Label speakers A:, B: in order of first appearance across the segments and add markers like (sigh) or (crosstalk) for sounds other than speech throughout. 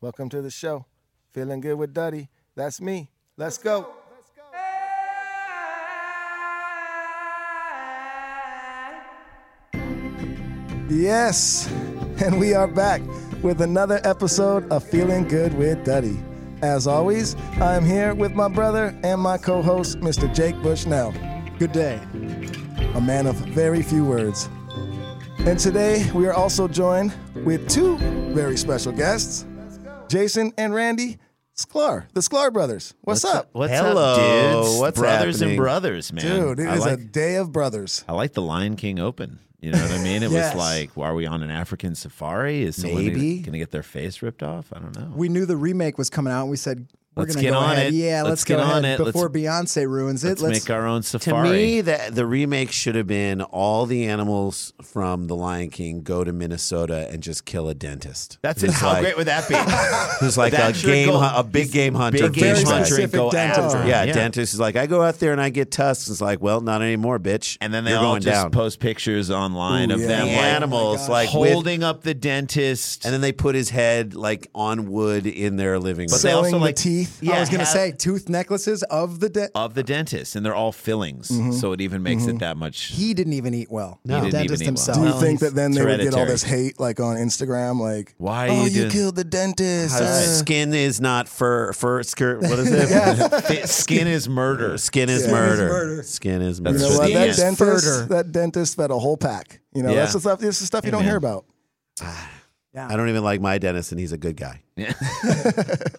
A: Welcome to the show. Feeling good with Duddy. That's me. Let's go. Yes, (laughs) and we are back with another episode of Feeling Good with Duddy. As always, I am here with my brother and my co host, Mr. Jake Bushnell. Good day. A man of very few words. And today we are also joined with two very special guests. Jason and Randy Sklar, the Sklar brothers. What's, up?
B: What's
C: Hello,
B: up, dudes?
C: what's
B: brothers
C: happening?
B: and brothers, man.
A: Dude, it is
B: I like,
A: a day of brothers.
B: I like the Lion King open. You know what I mean? It
A: Yes.
B: was like, well, are we on an African safari? Is someone
C: Maybe.
B: going to get their face ripped off? I don't know.
D: we knew the remake was coming out and we said we're
B: Let's
D: gonna
B: get
D: go
B: on
D: ahead.
B: it.
D: Yeah,
B: Let's
D: let's, go
B: get on
D: ahead
B: it. Let's-
D: before Beyonce ruins it.
B: let's, make our own
C: To
B: safari.
C: me, the the remake should have been all the animals from The Lion King go to Minnesota and just kill a dentist.
B: That's
C: Who's
B: it. How
C: like-
B: great would that be?
C: Who's like a
B: That's your
C: game,
B: goal.
C: hu- a big
B: He's
C: game hunter,
B: big game
C: fish
B: hunter.
C: hunter, and go
D: Specific
C: after.
D: dentist.
C: Yeah,
B: Yeah.
C: dentist is like, I go out there and I get tusks. It's like, well, not anymore, bitch.
B: (laughs) and then they
C: You're
B: all
C: going
B: just
C: down.
B: post pictures online
A: Ooh,
B: of
A: yeah.
B: them
C: the
A: Oh
B: like,
A: my
C: animals, like with-
B: holding up the dentist.
C: and then they put his head like on wood in their living
B: But
C: room.
B: they also,
A: Showing the
B: like-
A: teeth.
B: Yeah,
D: I was gonna
B: have-
D: say tooth necklaces of the de-
B: of the dentist, and they're all fillings, so it even makes it that much.
D: he didn't even eat well.
B: He
D: the
B: didn't
D: dentist
B: even eat
D: himself.
A: Do you
B: Well,
A: think
B: he's-
A: that then they would get all
B: hereditary.
A: this hate like on Instagram? Like,
B: Why are
A: oh,
B: you
A: you
B: doing-
A: killed the dentist?
C: His
A: uh." (laughs)
C: Skin is not fur, fur skirt. What is
B: (laughs)
C: it?
B: Fi- Skin is murder. (laughs)
C: (laughs) Skin is
A: Skin is
C: murder.
D: murder.
C: Skin is
B: That's
C: murder.
B: (laughs)
A: You know
B: for
A: what?
B: the
A: That
B: end.
A: dentist,
D: Further.
A: that dentist fed a whole pack. You know,
B: Yeah.
A: that's the stuff. This is stuff you don't
B: man.
A: hear about.
C: I don't even like my dentist, and he's a good guy.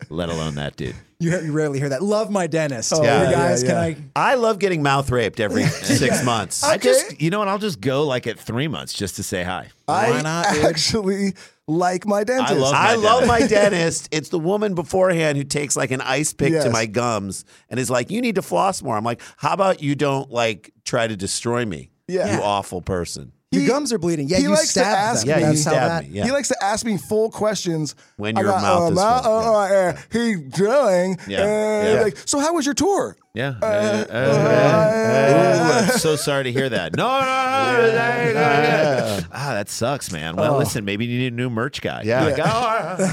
B: Let alone that dude.
D: You, you rarely hear that. Love my dentist. Oh,
C: yeah,
D: guys,
A: yeah,
D: can
C: I love getting mouth
B: (laughs)
C: raped every six months.
B: I just, you know what? I'll just go like at three months just to say hi.
A: I
D: not, (laughs) dude?
A: actually like my dentist.
B: love my
C: I love
B: dentist.
C: my dentist. It's the woman beforehand who takes like an ice pick to
A: Yes.
C: my gums and is like, "You need to floss more." I'm like, "How about you don't like try to destroy me?
A: Yeah.
C: You awful person."
D: I? Your gums are bleeding. Yeah,
A: he
D: you
A: likes to
D: stabbed
A: ask
D: them.
A: me.
C: Yeah, you
D: That's how
C: stabbed
D: that-
C: me. Yeah.
A: He likes to ask me full questions.
C: When
A: I
C: your
A: got,
C: mouth
A: um,
C: is
A: uh,
C: full,
A: uh, uh, he drilling.
B: Yeah,
A: uh,
B: yeah.
A: Like, so how was your tour?
B: Yeah. Uh, uh, uh, ooh, I'm so sorry to hear that. No, no, no. no, no, no. Ah, that sucks, man. Well, listen, maybe you need a new merch guy.
C: Yeah.
B: Like, oh, uh, (laughs)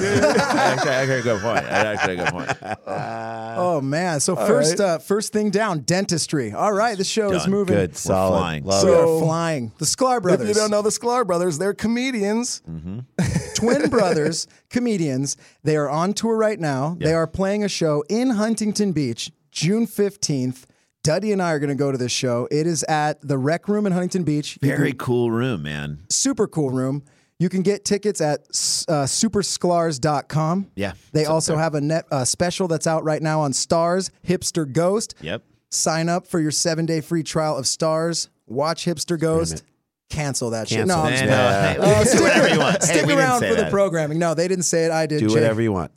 B: actually, actually, good point. Actually, good point.
D: Oh man. So first uh, first thing down, dentistry. All right, the show is
B: Done.
D: moving.
C: Good, solid.
B: flying.
C: Love
D: We
C: it.
D: are
A: So-
D: flying. The Sklar
A: If
D: brothers.
A: you don't know the Sklar brothers, they're comedians.
B: Mm-hmm.
D: (laughs) twin brothers, comedians. They are on tour right now. They are playing a show in Huntington Beach, June 15th. Duddy and I are going to go to this show. It is at the Rec Room in Huntington Beach. You
B: Very
D: can-
B: cool room, man.
D: super cool room. You can get tickets at uh, supersklars.com.
B: Yeah,
D: They
B: it's up
D: also
B: there.
D: have a net uh, special that's out right now on Stars, Hipster Ghost.
B: Yep.
D: Sign up for your seven day free trial of Stars. Watch Hipster Ghost. Cancel that shit. No, I'm just
B: Hey,
C: that.
D: playing. Uh,
B: no, hey, well, (laughs) do whatever you want. Hey,
D: Stick
B: we didn't
D: around
B: say
D: for the
B: that.
D: programming. No, they didn't say it. I did.
C: Do
D: Jake.
C: whatever you want.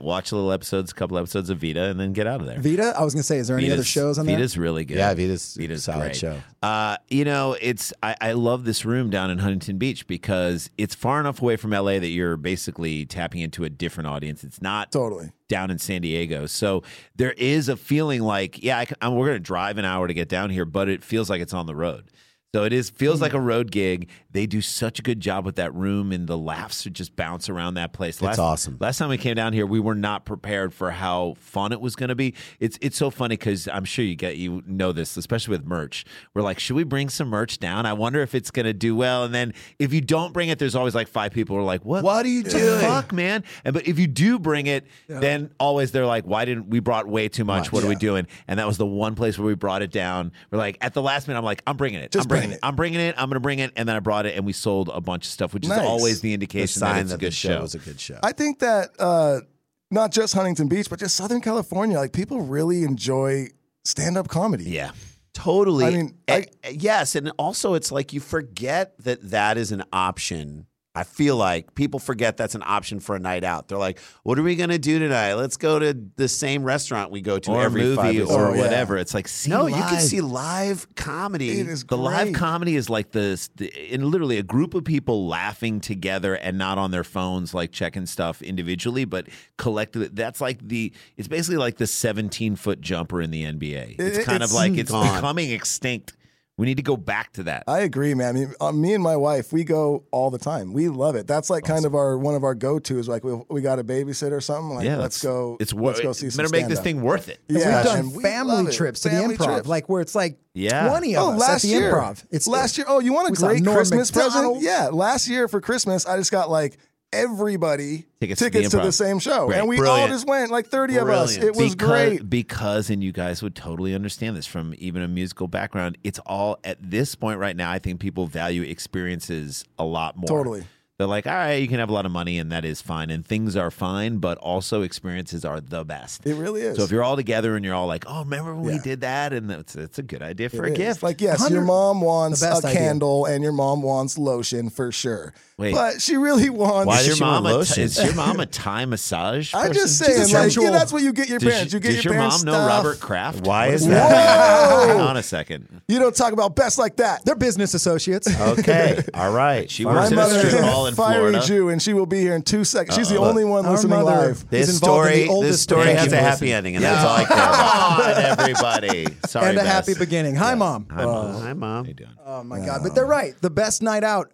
B: Watch little episodes, a couple episodes of Vita, and then get out of there.
D: Vita. I was gonna say, is there any other
B: Vita's-
D: shows on there?
B: Vita's really good.
C: Yeah, Vita's a solid
B: great.
C: show.
B: Uh, you know, it's I, I love this room down in Huntington Beach because it's far enough away from LA that you're basically tapping into a different audience. It's not
A: Totally.
B: down in San Diego, so there is a feeling like, yeah, I, am we're going to drive an hour to get down here, but it feels like it's on the road.
C: So it is feels
B: Mm-hmm.
C: like a road gig. They do such a good job with that room, and the laughs would just bounce around that place. That's
B: awesome.
C: Last time we came down here, we were not prepared for how fun it was going to be. It's it's so funny because I'm sure you get you know this, especially with merch. We're like, should we bring some merch down? I wonder if it's going to do well. And then if you don't bring it, there's always like five people who are like, what?
B: What are you
C: the
B: doing?
C: Fuck, man. And but if you do bring it, then always they're like, why didn't we brought way too much? What are we doing? And that was the one place where we brought it down. We're like at the last minute, I'm like, I'm bringing it.
D: Just
C: I'm bringing
D: bring
C: it.
D: it.
C: I'm bringing it. I'm gonna bring it. And then I brought it, and we sold a bunch of stuff, which is
D: Nice.
C: always the
B: The
C: indication that
B: sign
C: it's
B: that
C: a good
B: the show
C: show.
B: was a good show.
D: I think that uh, not just Huntington Beach, but just Southern California, like people really enjoy stand up comedy.
C: yeah.
B: Totally.
D: I mean,
B: A- a- yes, and also it's like you forget that that is an option. I feel like people forget that's an option for a night out. They're like, "What are we going to do tonight? Let's go to the same restaurant we go to
C: Or a
B: every five
C: movie
B: years."
C: or
D: Oh, yeah.
C: whatever. It's like see
B: no, you can
C: live.
B: see live comedy.
D: It is
C: the live
D: great.
C: comedy is like this the, in literally a group of people laughing together and not on their phones like checking stuff individually but collectively that's like the it's basically like the 17 foot jumper in the nba it's
D: it-
C: kind
D: it's
C: of like it's
B: gone.
C: becoming extinct we need to go back to that
D: I agree, man. I mean, uh, me and my wife, we go all the time. We love it. That's like kind of our one of our go tos. Like we, we got a babysitter or something. Like let's
C: that's-
D: go.
C: it's wor-
D: let's go see some
C: better make this
D: stand-up.
C: thing worth it
D: Yeah,
E: We've
D: and
E: done
D: we
E: family
D: love it.
E: trips
D: Family
E: to the improv,
D: trips.
E: like where it's like
C: Yeah.
E: 20 of
D: Oh,
E: us
D: last
E: at the
D: year.
E: improv. It's
D: last year. Oh, you want a
E: we saw
D: great
E: Norm
D: Christmas
E: Macdonald.
D: present? Yeah, last year for Christmas, I just got like everybody
C: Tickets
D: tickets,
C: to the
D: to, the
C: Improv.
D: same show,
C: Great.
D: and we all
C: Brilliant.
D: just went like thirty of us.
B: Brilliant.
D: It was
C: because,
D: great.
C: because and you guys would totally understand this from even a musical background it's all at this point right now i think people value experiences a lot more
D: Totally.
C: they're like all right you can have a lot of money and that is fine and things are fine but also experiences are the best
D: It really is.
C: so if you're all together and you're all like oh remember when we
D: Yeah.
C: did that and that's it's a good idea for
D: It
C: a
D: is.
C: gift
D: Like, yes, your
E: 100
D: mom wants
E: The
D: a
E: best idea.
D: candle and your mom wants lotion for sure.
C: Wait.
D: But she really wants.
C: why
B: does
C: is your
B: she want
C: mom a t-
B: lotion?
C: is your mom a Thai massage
D: I'm
C: person?
D: just
E: She's
D: saying, like,
E: essential.
D: yeah, that's what you get your
C: Does
D: parents.
C: she-
D: you get
C: does
D: your,
C: your, mom
D: parents
C: know
D: stuff.
C: Robert Kraft?
B: Why is
D: that?
C: (laughs) Hang
D: Whoa!
C: on a second.
D: You don't talk about best like that.
E: They're business associates.
B: okay, all right.
C: She
B: Fine.
C: works
D: (laughs) My
C: in a
D: mother is
C: strip mall
D: a
C: Oh, in
D: fiery
C: Florida.
D: Jew, and she will be here in two seconds. She's the
B: Uh-oh.
D: only one
E: Our
D: listening
E: mother-
D: live.
B: This
E: He's involved in the
B: story, this
E: oldest
B: story
E: breaking
B: has a happy
E: person.
B: ending, and that's all I care about.
C: Come on, everybody. Sorry,
E: and a
C: Bess.
E: happy beginning. Hi, mom.
C: Hi, mom.
B: Hi,
C: How
B: mom.
C: you doing?
E: Oh my god! But they're right. The best night out.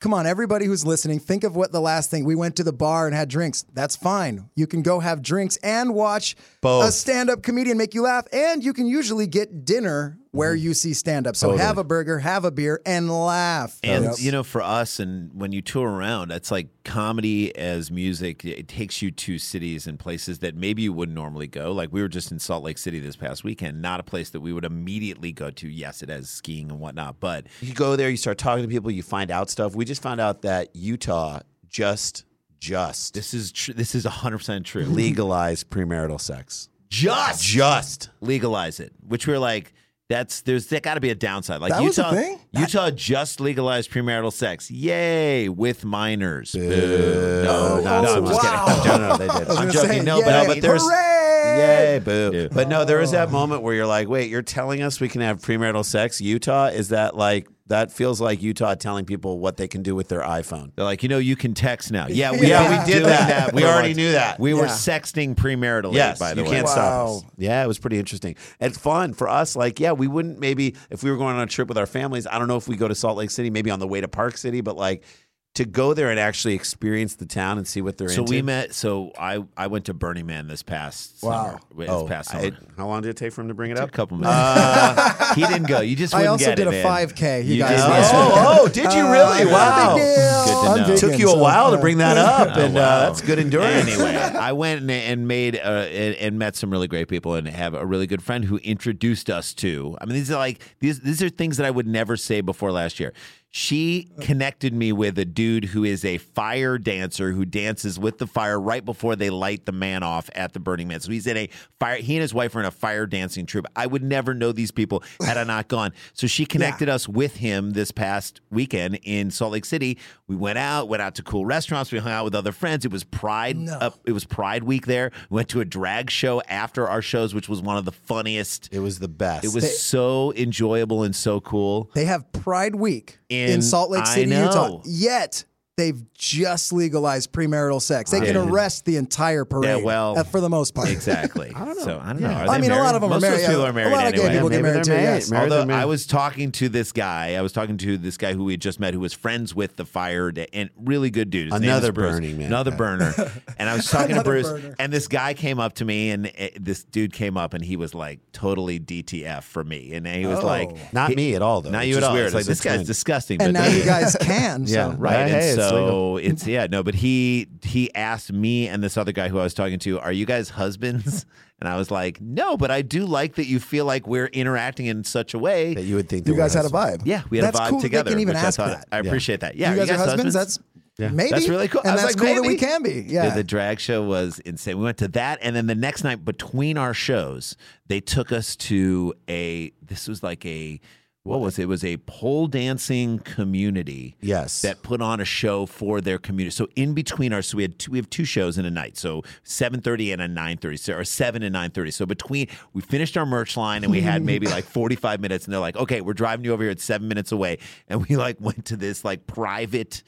E: Come on, everybody who's listening, think of what the last thing we went to the bar and had drinks. That's fine. You can go have drinks and watch a
B: Both.
E: stand-up comedian make you laugh, and you can usually get dinner where you see stand-up. So have a burger, have a beer, and laugh.
C: And
D: Yes.
C: you know, for us, and when you tour around, that's like comedy as music. It takes you to cities and places that maybe you wouldn't normally go. Like we were just in Salt Lake City this past weekend, not a place that we would immediately go to. Yes, it has skiing and whatnot, but
B: You go there, you start talking to people, you find out stuff. We just found out that Utah just just
C: this is tr- this is hundred
B: (laughs)
C: percent true.
B: legalize premarital sex.
C: just
B: Just
C: legalize it, which we're like. That's there's that got to be a downside. Like
D: That was a
C: Utah,
D: thing?
C: Utah just legalized premarital sex. Yay with minors. Boo. No, no, no, I'm just kidding. I'm
B: No, no, they did.
E: I was
B: I'm
E: gonna
B: joking.
E: say,
B: no, but,
C: uh,
E: yay,
B: but there's
E: hooray!
B: yay, boo.
C: Yeah.
B: But no, there is that moment where you're like, wait, you're telling us we can have premarital sex? Utah is that like that feels like Utah telling people what they can do with their iPhone.
C: They're like, you know, you can text now. Yeah, we,
B: Yeah,
C: were
B: we did
C: doing
B: that. We
C: for
B: already
C: once.
B: knew that.
C: We were
E: Yeah.
C: sexting premarital.
B: Yes,
C: by the
B: you
C: way.
B: can't stop us.
D: Wow.
B: Yeah, it was pretty interesting and fun for us. Like, yeah, we wouldn't maybe if we were going on a trip with our families. I don't know if we go to Salt Lake City, maybe on the way to Park City, but like to go there and actually experience the town and see what they're
C: So
B: into.
C: we met. So I I went to Burning Man this past
D: Wow.
C: summer. This
B: Oh,
C: past summer.
B: I- how long did it take for him to bring it
C: Took
B: up?
D: (laughs)
C: a couple minutes. Uh, he didn't go. You just
E: I
C: wouldn't
E: also
C: get
E: did
C: it,
E: a
C: man.
E: 5K, you guys.
C: did.
E: Yes.
B: Oh, oh, did you really? wow.
D: big
C: Good to
D: I'm
C: know.
D: digging,
B: Took you a
D: so,
B: while to
D: yeah.
B: bring that up,
C: Oh,
B: and
C: wow.
B: uh, that's good endurance.
C: Anyway, I went and, and made uh, and, and met some really great people and have a really good friend who introduced us to. I mean, these are like these these are things that I would never say before last year. She connected me with a dude who is a fire dancer who dances with the fire right before they light the man off at the Burning Man. So he's in a fire. He and his wife are in a fire dancing troupe. I would never know these people had I not gone. So she connected us with him this past weekend in Salt Lake City. We went out, went out to cool restaurants. We hung out with other friends. It was Pride. uh, it was Pride Week there. We went to a drag show after our shows, which was one of the funniest.
B: It was the best.
C: It was so enjoyable and so cool.
D: (laughs)
E: They have Pride Week in,
C: In-
E: Salt Lake
C: I
E: City,
C: know.
E: Utah. Yet
D: they've just legalized premarital sex. They can
B: Yeah.
D: arrest the entire parade.
B: Yeah, well,
D: uh, for the most part.
B: Exactly. I don't know. So I don't know. Are
D: I
B: they
D: mean, a lot
B: married?
D: of 'em are
B: Most
D: married.
B: Those people
D: A
B: are married
D: lot of gay
B: anyway.
D: people get
B: Maybe
D: married
B: they're
D: too,
B: married.
D: yes.
C: Married,
B: Although
C: they're married.
B: I was talking to this guy, I was talking to this guy who we had just met, who was friends with the fire, da- and really good dude. His name is
C: Another
B: Bruce.
C: Burning Man
B: another
C: guy. (laughs)
B: burner. And I was talking to
D: Another
B: Bruce,
D: burner.
B: and this guy came up to me, and uh, this dude came up, and he was like totally DTF for me, and he was
D: Oh.
B: like,
C: Not me at all, though.
B: "Not
C: which
B: you at
C: is
B: all."
C: weird.
B: It's like
C: It's
B: this
C: a
B: guy's
C: twin.
B: disgusting.
D: and
B: but
D: now
B: they-
D: you guys
B: (laughs)
D: can. So.
C: Yeah,
B: right.
C: Hey,
B: and
C: it's
B: so
C: legal.
B: it's, yeah, no, but he he asked me and this other guy who I was talking to, "Are you guys husbands?" (laughs) And I was like, "No, but I do like that you feel like we're interacting in such a way."
C: that you would think
A: You
C: that
A: guys
C: we're
A: had a
C: husbands.
A: vibe.
B: yeah, we had
D: That's
B: a vibe
D: cool that they
B: together.
D: can even
B: which I
D: ask
B: thought-
D: that.
B: I appreciate that. Yeah,
D: you guys are husbands. That's maybe
B: That's really cool. I
D: and
B: was
D: that's
B: like,
D: cool that we
B: maybe.
D: can be.
B: Dude,
D: Yeah,
B: the drag show was insane. We went to that, and then the next night between our shows, they took us to a. This was like a. What was it? It was a pole dancing community.
C: Yes.
B: that put on a show for their community. So in between our, so we had two, we have two shows in a night. So seven thirty and a nine thirty, so or seven and nine thirty. So between we finished our merch line and we had maybe like forty five minutes, and they're like, okay, we're driving you over here. It's seven minutes away, and we like (laughs) went to this like private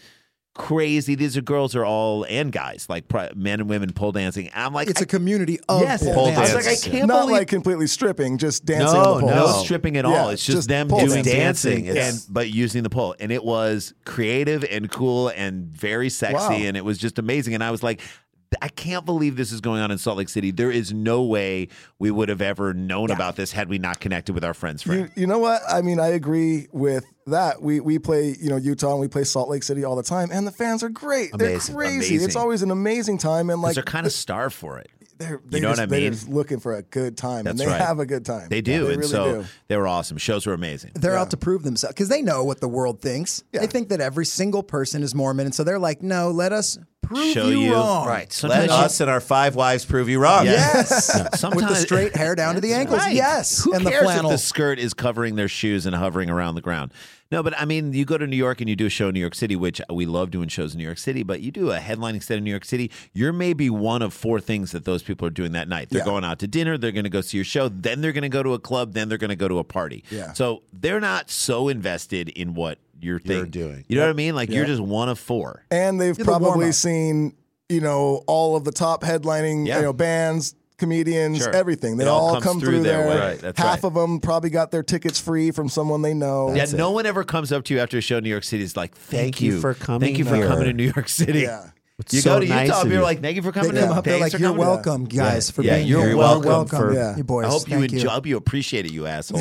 B: crazy. These are girls are all and guys, like pri- men and women pole dancing. And I'm like,
D: it's
B: I-
D: a community of
B: yes,
D: pole
C: pole
D: dancers.
B: I was like, I
C: dancers.
B: can't
A: Not
B: believe
A: like completely stripping, just dancing on the
C: No,
A: pole.
B: no
C: Oh.
B: stripping at
A: Yeah,
B: all. It's just, them
A: pole
B: doing
A: dancing.
B: dancing,
C: It's-
B: and but using the pole. And it was creative and cool and very sexy,
A: Wow.
B: and it was just amazing. And I was like. I can't believe this is going on in Salt Lake City. There is no way we would have ever known about this had we not connected with our friends. Friend,
A: You, you know what? I mean, I agree with that. We we play you know Utah and we play Salt Lake City all the time, and the fans are great.
B: Amazing,
A: They're crazy. It's
B: amazing.
A: always an amazing time, and like
B: they're kind of starved for it.
A: they're they
B: know
A: just,
B: what I
A: they're
B: mean?
A: just looking for a good time, and
B: That's
A: they
B: right.
A: have a good time.
B: They do,
A: Yeah,
B: and
A: really
B: so
A: do.
B: they were awesome. Shows were amazing.
D: They're out to prove themselves because they know what the world thinks. They think that every single person is Mormon, and so they're like, "No, let us prove
B: Show
D: you,
B: you-
D: wrong."
B: right?
C: Let
B: Sometimes you-
C: us and our five wives prove you wrong.
D: Yes. (laughs)
B: sometimes
D: With the straight hair down to the ankles.
B: (laughs) Right.
D: Yes.
B: Who
D: and
B: cares
D: the flannel.
B: if the skirt is covering their shoes and hovering around the ground? No, but I mean, you go to New York and you do a show in New York City, which we love doing shows in New York City, but you do a headlining set in New York City, you're maybe one of four things that those people are doing that night. They're going out to dinner, they're going to go see your show, then they're going to go to a club, then they're going to go to a party.
A: Yeah.
B: So they're not so invested in what you're,
C: You're
B: thing-
C: doing.
B: You know what I mean? Like you're just (laughs) one of four.
A: and they've
D: You're the
A: probably
D: warm-up.
A: seen you know all of the top headlining
B: Yeah.
A: you know bands comedians
B: Sure.
A: everything they
B: It all
A: all
B: comes
A: come
B: through
A: through,
B: their
A: there
B: way. Right, that's
A: half
B: right.
A: of them probably got their tickets free from someone they know
B: yeah, no one ever comes up to you after a show in New York City. Is like, thank,
C: Thank you for coming
B: Thank you for
C: here."
B: coming to New York City.
A: Yeah.
B: You
C: so
B: go to
C: nice
B: Utah,
C: of
B: people are
C: you.
B: like, thank you for
D: they
B: coming.
D: come
B: in.
D: up there like,
B: Thanks for
D: "You're
B: coming in."
D: welcome, guys, for
B: Yeah,
D: being
B: you're
D: here. You're
B: welcome
A: for-
D: Yeah. You boys.
B: I hope you
D: Thank
B: enjoy. I hope you appreciate it, you asshole.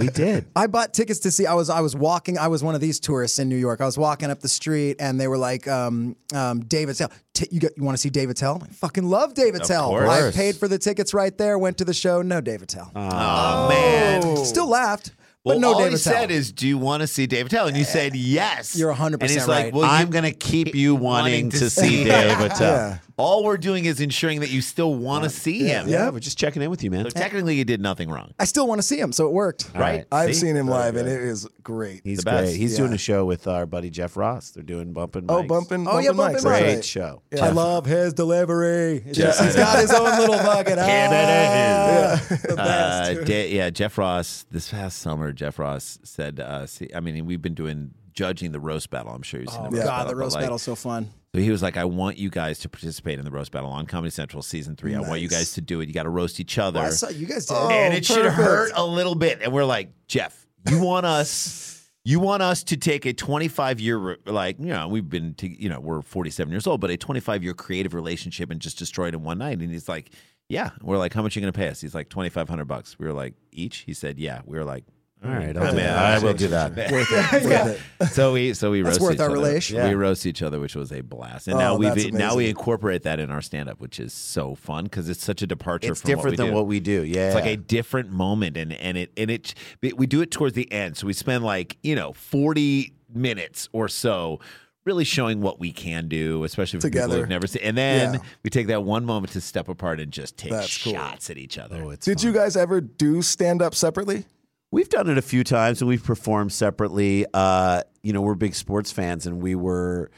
C: we did.
D: I bought tickets to see. I was I was walking. I was one of these tourists in New York. I was walking up the street, and they were like, um, um, "David Tell, T- you got, you want to see David Tell? I fucking love David Tell.
B: course.
D: I paid for the tickets right there. Went to the show. No David Tell.
B: Oh man.
D: Still laughed, but
B: Well,
D: no
B: all
D: David
B: he
D: Tell.
B: said is, "Do you want to see David Tell?" And you said, "Yes."
D: You're 100%
B: And he's like,
D: right.
B: "Well,
C: I'm
B: you-
C: going to keep you wanting, to,
B: to see
C: (laughs) see Dave Attell.
B: (laughs) all we're doing is ensuring that you still want to see him."
C: Yeah, we're just checking in with you, man.
B: So technically, you did nothing wrong,
D: I still want to see him, so it worked.
B: right?
A: i've
B: See?
A: seen him live and it is great
C: He's
B: The best.
C: great. He's
A: Yeah.
C: doing a show with our buddy Jeff Ross. They're doing bumping.
A: oh bumping
D: Oh, yeah,
A: bumping mics,
D: Bumpin'
A: that's
C: Great
A: right.
C: show.
D: I love his delivery. It's just-
B: Yeah.
D: he's got his own little fucking.
B: Yeah.
D: ah, (laughs) the best.
B: Uh, Da- yeah, Jeff Ross. This past summer, Jeff Ross said, uh, see, "I mean, we've been doing." Judging the roast battle, I'm sure you've seen the roast
D: Oh, God,
B: battle,
D: the
B: but,
D: roast
B: like,
D: battle's so fun.
B: So he was like, I want you guys to participate in the roast battle on Comedy Central season three. I want you guys to do it. You got to roast each other.
D: I saw you guys did.
B: and Oh, it should
D: Oh,
B: hurt a little bit. And we're like, Jeff, you want us. You want us to take a 25 year, re- like, you know, we've been, to, you know, we're 47 years old, but a 25 year creative relationship and just destroy it in one night. And he's like, yeah. We're like, how much are you going to pay us? He's like, 2,500 bucks. We were like, each? He said, yeah. We were like,
C: All right,
B: Oh,
C: I'll do
B: man.
C: that. I will do that.
D: Worth it. Worth it.
B: so we so we
D: That's
B: roast
D: worth
B: each
D: our
B: other.
D: relation.
B: We roast each other, which was a blast. And
A: Oh,
B: now we
A: that's
B: now we
A: amazing.
B: incorporate that in our stand up, which is so fun because it's such a departure.
C: It's
B: from
C: different
B: what we
C: than
B: do.
C: what we do. Yeah,
B: It's like a different moment, and and it and it we do it towards the end, so we spend like you know forty minutes or so. Really showing what we can do, especially for people
A: Together.
B: who've never seen. And then
A: Yeah.
B: we take that one moment to step apart and just take
A: That's cool.
B: shots at each other.
C: Oh, it's
A: did you guys ever do stand up separately
C: We've done it a few times and we've performed separately. Uh, you know, we're big sports fans and we were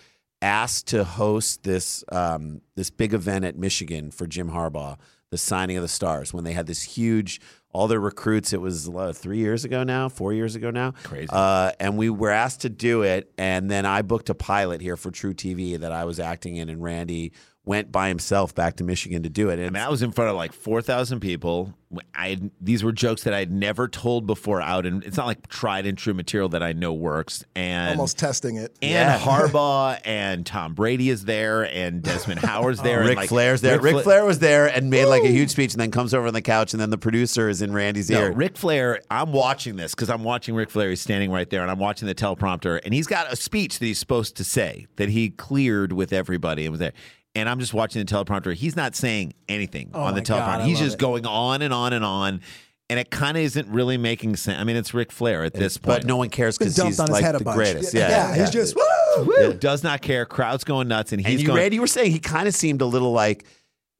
C: asked to host this um,
B: uh,
C: this big event at Michigan for Jim Harbaugh, the signing of the stars, when they had this huge all their recruits. It was uh, three years ago now, four years ago now. Crazy. Uh, and we were asked to do it, and then I booked a pilot here for True TV that I was acting in, and Randy went by himself back to Michigan to do it.
B: I
C: And
B: mean, I was in front of like four thousand people. I had, these were jokes that I'd never told before out, and it's not like tried and true material that I know works. And
A: Almost testing it.
B: and
C: Yeah.
A: (laughs)
B: Harbaugh and Tom Brady is there, and Desmond
C: (laughs)
B: Howard's there. and
C: Ric
B: like,
C: Flair's there. Ric,
B: Fla-
C: Flair was there and made like a huge speech, and then comes over on the couch, and then the producer is in Randy's
B: No,
C: ear.
B: Ric Flair, I'm watching this because I'm watching Ric Flair. He's standing right there, and I'm watching the teleprompter, and he's got a speech that he's supposed to say that he cleared with everybody and was there. And I'm just watching the teleprompter. He's not saying anything on the
D: my God,
B: teleprompter.
D: I
B: he's
D: love
B: just
D: it.
B: going on and on and on, and it kind of isn't really making sense. I mean, it's Ric Flair at this point.
C: but no one cares
D: Been
C: because
D: dumped
C: he's
D: on his
C: like
D: head a
C: the
D: bunch.
C: greatest. Yeah,
D: he's just woo, woo.
B: Yeah, does not care. Crowd's going nuts, and he's
C: and you,
B: going.
C: Randy, you were saying he kind of seemed a little like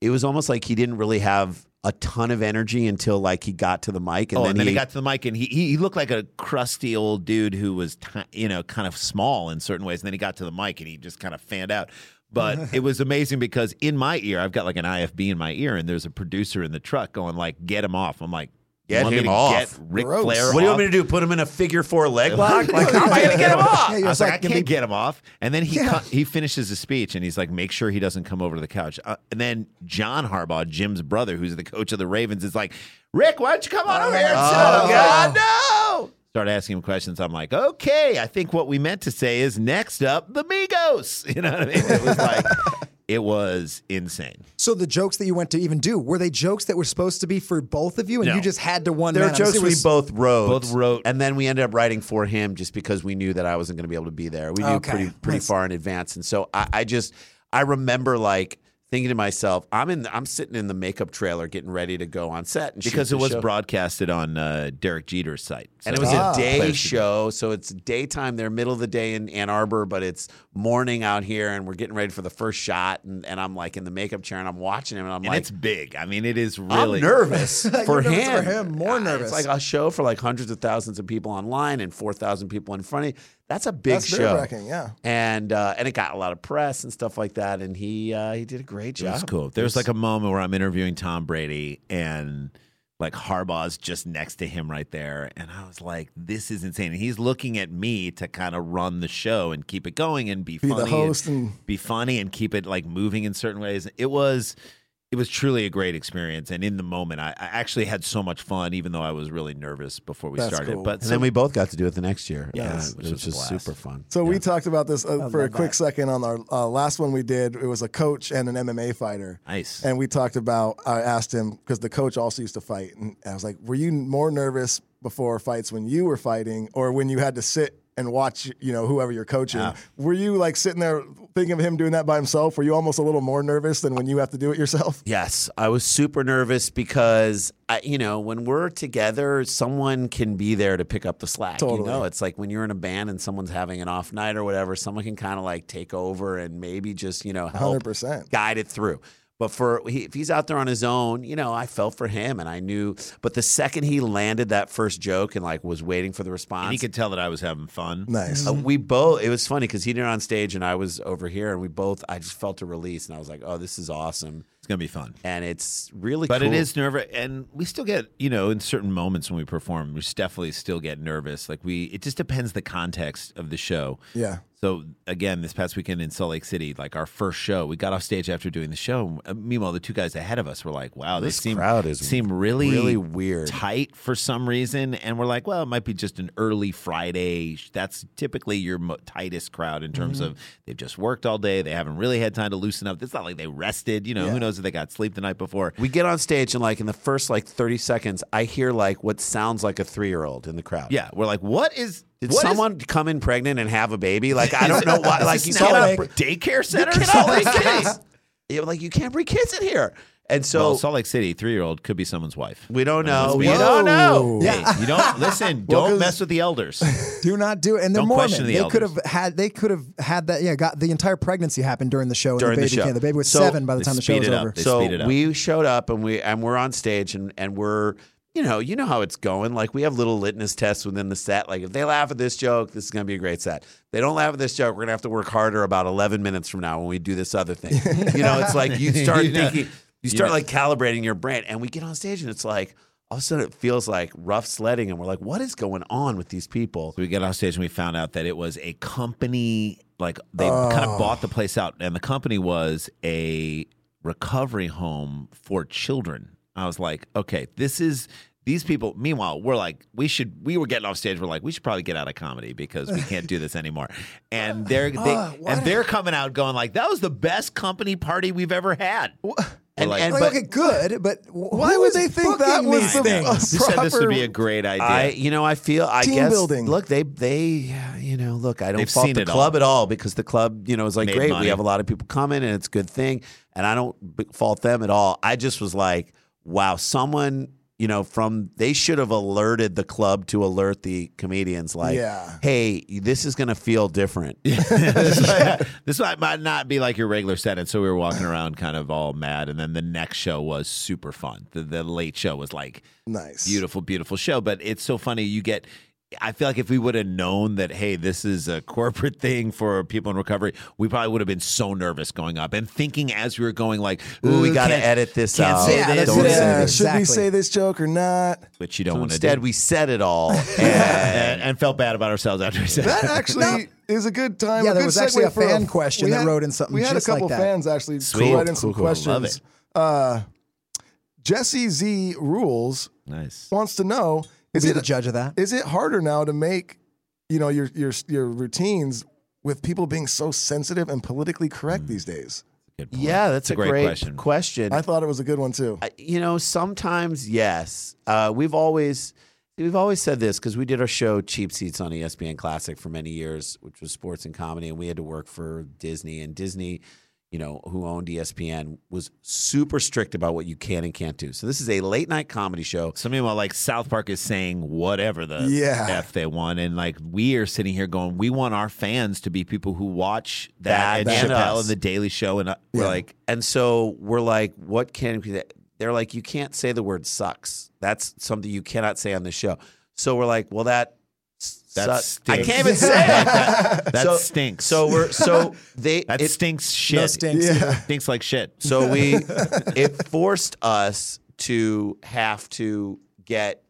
C: it was almost like he didn't really have a ton of energy until like he got to the mic, and
B: oh,
C: then,
B: and then he, got to the mic, and he, he he looked like a crusty old dude who was ti you know kind of small in certain ways. And then he got to the mic, and he just kind of fanned out.
C: (laughs)
B: But it was amazing because in my ear, I've got like an IFB in my ear, and there's a producer in the truck going like, "Get him off!" I'm like,
C: Get
B: "You want me
C: him
B: to
C: off.
B: Get Ric
A: Gross.
B: Flair.
C: What do you
B: off?"
C: want me to do? Put him in a figure four leg (laughs) lock? Like, how am I gonna get him off?
A: Yeah,
B: I
A: you're
B: was
A: just
B: like, I
A: like, give
B: can't
A: me-
B: get him off. And then he
A: Yeah.
B: co- he finishes his speech and he's like, make sure he doesn't come over to the couch. Uh, and then John Harbaugh, Jim's brother, who's the coach of the Ravens, is like, Rick, why don't you come on over here? and sit
C: Oh,
B: down?"
C: God.
B: no! Start asking him questions. I'm like, okay, I think what we meant to say is next up, the Migos. (laughs) You know what I mean? It was
C: (laughs)
B: like, it was insane.
D: So the jokes that you went to even do were they jokes that were supposed to be for both of you, and
B: No.
D: you just had to one
B: (laughs)
C: There
D: man.
C: are
D: them?
C: jokes
D: It
C: we
D: was-
C: both wrote.
B: Both wrote.
C: And then we ended up writing for him just because we knew that I wasn't going to be able to be there. We knew
D: Okay.
C: pretty pretty far in advance. And so I, I just I remember like thinking to myself, I'm in I'm sitting in the makeup trailer getting ready to go on set and shoot
B: Because it
C: the
B: was
C: show.
B: broadcasted on uh, Derek Jeter's site. So-
C: And it was
A: Ah.
C: a day show, so it's daytime there, middle of the day in Ann Arbor, but it's morning out here, and we're getting ready for the first shot. And, and I'm like in the makeup chair, and I'm watching him, and I'm
B: And
C: like,
B: it's big. I mean, it is
C: I'm
B: really
C: (laughs) nervous for
D: nervous
C: him.
D: for him, more
B: Ah,
C: Uh,
D: nervous.
C: It's like a show for like hundreds of thousands of people online and four thousand people in front of you. That's a big
A: That's
C: show.
A: nerve-wracking, yeah.
C: And uh, and it got a lot of press and stuff like that. And he uh, he did a great job.
B: That's cool. There's like a moment where I'm interviewing Tom Brady and like Harbaugh's just next to him right there. And I was like, this is insane. And he's looking at me to kind of run the show and keep it going and be,
A: Be the
B: funny.
A: host and-
B: be funny and keep it like moving in certain ways. It was it was truly a great experience. And in the moment I, I actually had so much fun, even though I was really nervous before we
A: That's
B: started.
A: cool.
B: But
C: And then we both got to do it the next year.
B: Yeah,
C: Uh,
B: which
C: it was
B: was a
C: just
B: blast.
C: super fun.
A: So we talked about this uh, for a
D: love
A: quick
D: that.
A: second on our uh, last one we did. It was a coach and an MMA fighter.
B: Nice.
A: And we talked about. I asked him because the coach also used to fight, and I was like, "Were you more nervous before fights when you were fighting, or when you had to sit and watch, you know, whoever you're coaching? Were you like sitting there thinking of him doing that by himself? Were you almost a little more nervous than when you have to do it yourself?"
C: Yes, I was super nervous because I, you know when we're together, someone can be there to pick up the slack. You
A: Totally.
C: know, it's like when you're in a band and someone's having an off night or whatever, someone can kind of like take over and maybe just you know help
A: 100%.
C: guide it through. But for he, if he's out there on his own, you know, I felt for him and I knew. But the second he landed that first joke and like was waiting for the response,
B: and he could tell that I was having fun.
A: Nice.
C: uh, we both. It was funny because he did it on stage and I was over here, and we both. I just felt a release, and I was like, "Oh, this is awesome."
B: It's gonna be fun.
C: And it's really
B: But
C: cool.
B: it is nerve, and we still get you know in certain moments when we perform, we definitely still get nervous. Like we, it just depends the context of the show.
A: Yeah.
B: So again, this past weekend in Salt Lake City, like our first show, we got off stage after doing the show. Uh, Meanwhile, the two guys ahead of us were like, "Wow,
C: This
B: they seem
C: crowd is
B: seem really
C: really weird.
B: tight for some reason." And we're like, "Well, it might be just an early Friday. That's typically your mo- tightest crowd in terms
C: Mm-hmm.
B: of they've just worked all day. They haven't really had time to loosen up. It's not like they rested. You know, who knows if they got sleep the night before."
C: We get on stage and like in the first like 30 seconds, I hear like what sounds like a three year old in the crowd.
B: Yeah, we're like, what is?
C: Did
B: what is-
C: someone come in pregnant and have a baby? Like I don't know why.
B: is
C: Like
B: this
C: you
B: now
C: can't,
B: a
C: br-
B: daycare
C: you
B: center. in
C: cannot
B: Salt (laughs)
C: bring
B: Lake City?
C: kids. Yeah, like you can't bring kids in here. And so
B: Well, Salt Lake City, three-year-old could be someone's wife.
C: we don't know.
B: Let's
C: We
B: be honest.
C: don't know.
B: Hey, you don't listen.
A: Well,
B: don't
A: 'cause-
B: mess with the elders.
D: Do not do it. And they're
B: Don't
D: Mormon.
B: question the
D: they could
B: elders.
D: have had. They could have had that. Yeah, got the entire pregnancy happened during the show.
C: During
D: and the
C: the
D: baby
C: show.
D: Came. The baby was
C: So
D: seven by the
B: they
D: time the show
B: speed
D: was
B: it up.
D: over.
B: They
C: so
B: speed it up.
C: we showed up and we and we're on stage and and we're you know you know how it's going like we have little litmus tests within the set like if they laugh at this joke this is going to be a great set if they don't laugh at this joke we're going to have to work harder about 11 minutes from now when we do this other thing you know it's like you
B: (laughs)
C: start
B: You know.
C: thinking you start
B: know.
C: like calibrating your brain and we get on stage and it's like all of a sudden it feels like rough sledding, and we're like, what is going on with these people?
B: So we get off stage and we found out that it was a company, like they kind
A: Oh.
B: of bought the place out, and the company was a recovery home for children. I was like, okay, this is these people. Meanwhile, we're like, we should. We were getting off stage. We're like, we should probably get out of comedy because we can't do this anymore. And they're they, and they're coming out going like, that was the best company party we've ever had.
C: And,
B: like-
C: and
B: Like,
C: but
D: okay, good, but
A: Why would they think that was the
B: You said this would be a
A: proper?
B: great idea.
C: I, you know, I feel I
A: Team
C: guess
A: building.
C: look, they they you know, look, I don't
B: They've
C: fault
B: seen
C: the
B: it
C: club
B: all.
C: at all because the club, you know, is like
B: Made
C: great.
B: money.
C: We have a lot of people coming and it's a good thing, and I don't b- fault them at all. I just was like, wow, someone you know, from they should have alerted the club to alert the comedians, like,
A: Yeah.
C: hey, this is gonna feel different. (laughs)
B: this might, might not be like your regular set. And so we were walking around kind of all mad. And then the next show was super fun. The, the late show was like
A: Nice.
B: beautiful, beautiful show. But it's so funny. You get, I feel like if we would have known that, hey, this is a corporate thing for people in recovery, we probably would have been so nervous going up and thinking as we were going, like,
C: Ooh, we
B: "Ooh,
C: gotta
B: can't-
C: edit this
B: can't
C: out.
B: say Yeah, this,
C: Don't
B: that's
C: say
B: it.
A: Yeah,
C: this.
A: Should we
D: Exactly.
A: say this joke or not?
B: But you don't
C: So
B: want to
C: Instead,
B: do.
C: we said
B: (laughs)
C: it all, (laughs) and
B: and, and felt bad about ourselves after we said
A: That
B: it.
A: actually is a good time.
D: Yeah,
A: a
D: there
A: good
D: was actually
A: segue
D: a
A: for
D: fan question
A: we
D: that wrote in something
A: We had
D: just
A: a
D: like
A: couple
D: that.
A: fans actually
B: Sweet.
A: write in some
B: Cool, cool.
A: questions.
B: Love it.
A: Uh, Jesse Z rules
B: Nice.
A: wants to know:
D: We'll
A: Is
D: be the
A: it
D: judge of that.
A: is it harder now to make you know your your your routines with people being so sensitive and politically correct these days?
B: Good point.
C: yeah,
B: It's
C: that's
B: a great question.
C: question.
A: I thought it was a good one too.
C: I- you know, sometimes yes. Uh, we've always we've always said this because we did our show Cheap Seats on E ESPN Classic for many years, which was sports and comedy, and we had to work for Disney and Disney. You know, who owned E ESPN was super strict about what you can and can't do. So this is a late night comedy show.
B: So meanwhile, like South Park is saying whatever the
A: Yeah.
B: f they want, and like we are sitting here going, we want our fans to be people who watch
C: That
B: that, and
C: and
B: Chappelle
C: us.
B: and the Daily Show, and uh, we're like,
C: And so we're like, what can we? They're like, you can't say the word sucks. That's something you cannot say on this show. So we're like, well, that s-
B: That
C: sucks. I
B: stinks.
C: can't (laughs) even say it.
B: that
C: So-
B: stinks.
C: So we're so (laughs) they
B: that
C: it-
B: stinks shit.
D: stinks.
A: Yeah.
B: Stinks like shit.
C: So we (laughs) it forced us to have to get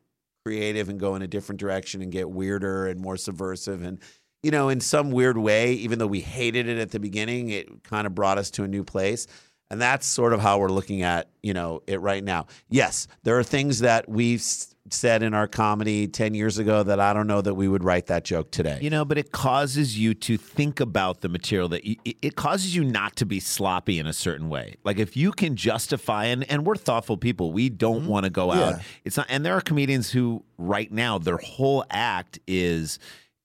C: creative and go in a different direction and get weirder and more subversive and you know in some weird way even though we hated it at the beginning it kind of brought us to a new place and that's sort of how we're looking at you know it right now yes there are things that we've s- said in our comedy 10 years ago that i don't know that we would write that joke today
B: You know, but it causes you to think about the material that you, it- it causes you not to be sloppy in a certain way. Like if you can justify and and we're thoughtful people, we don't want to go out. It's not and there are comedians who right now their whole act is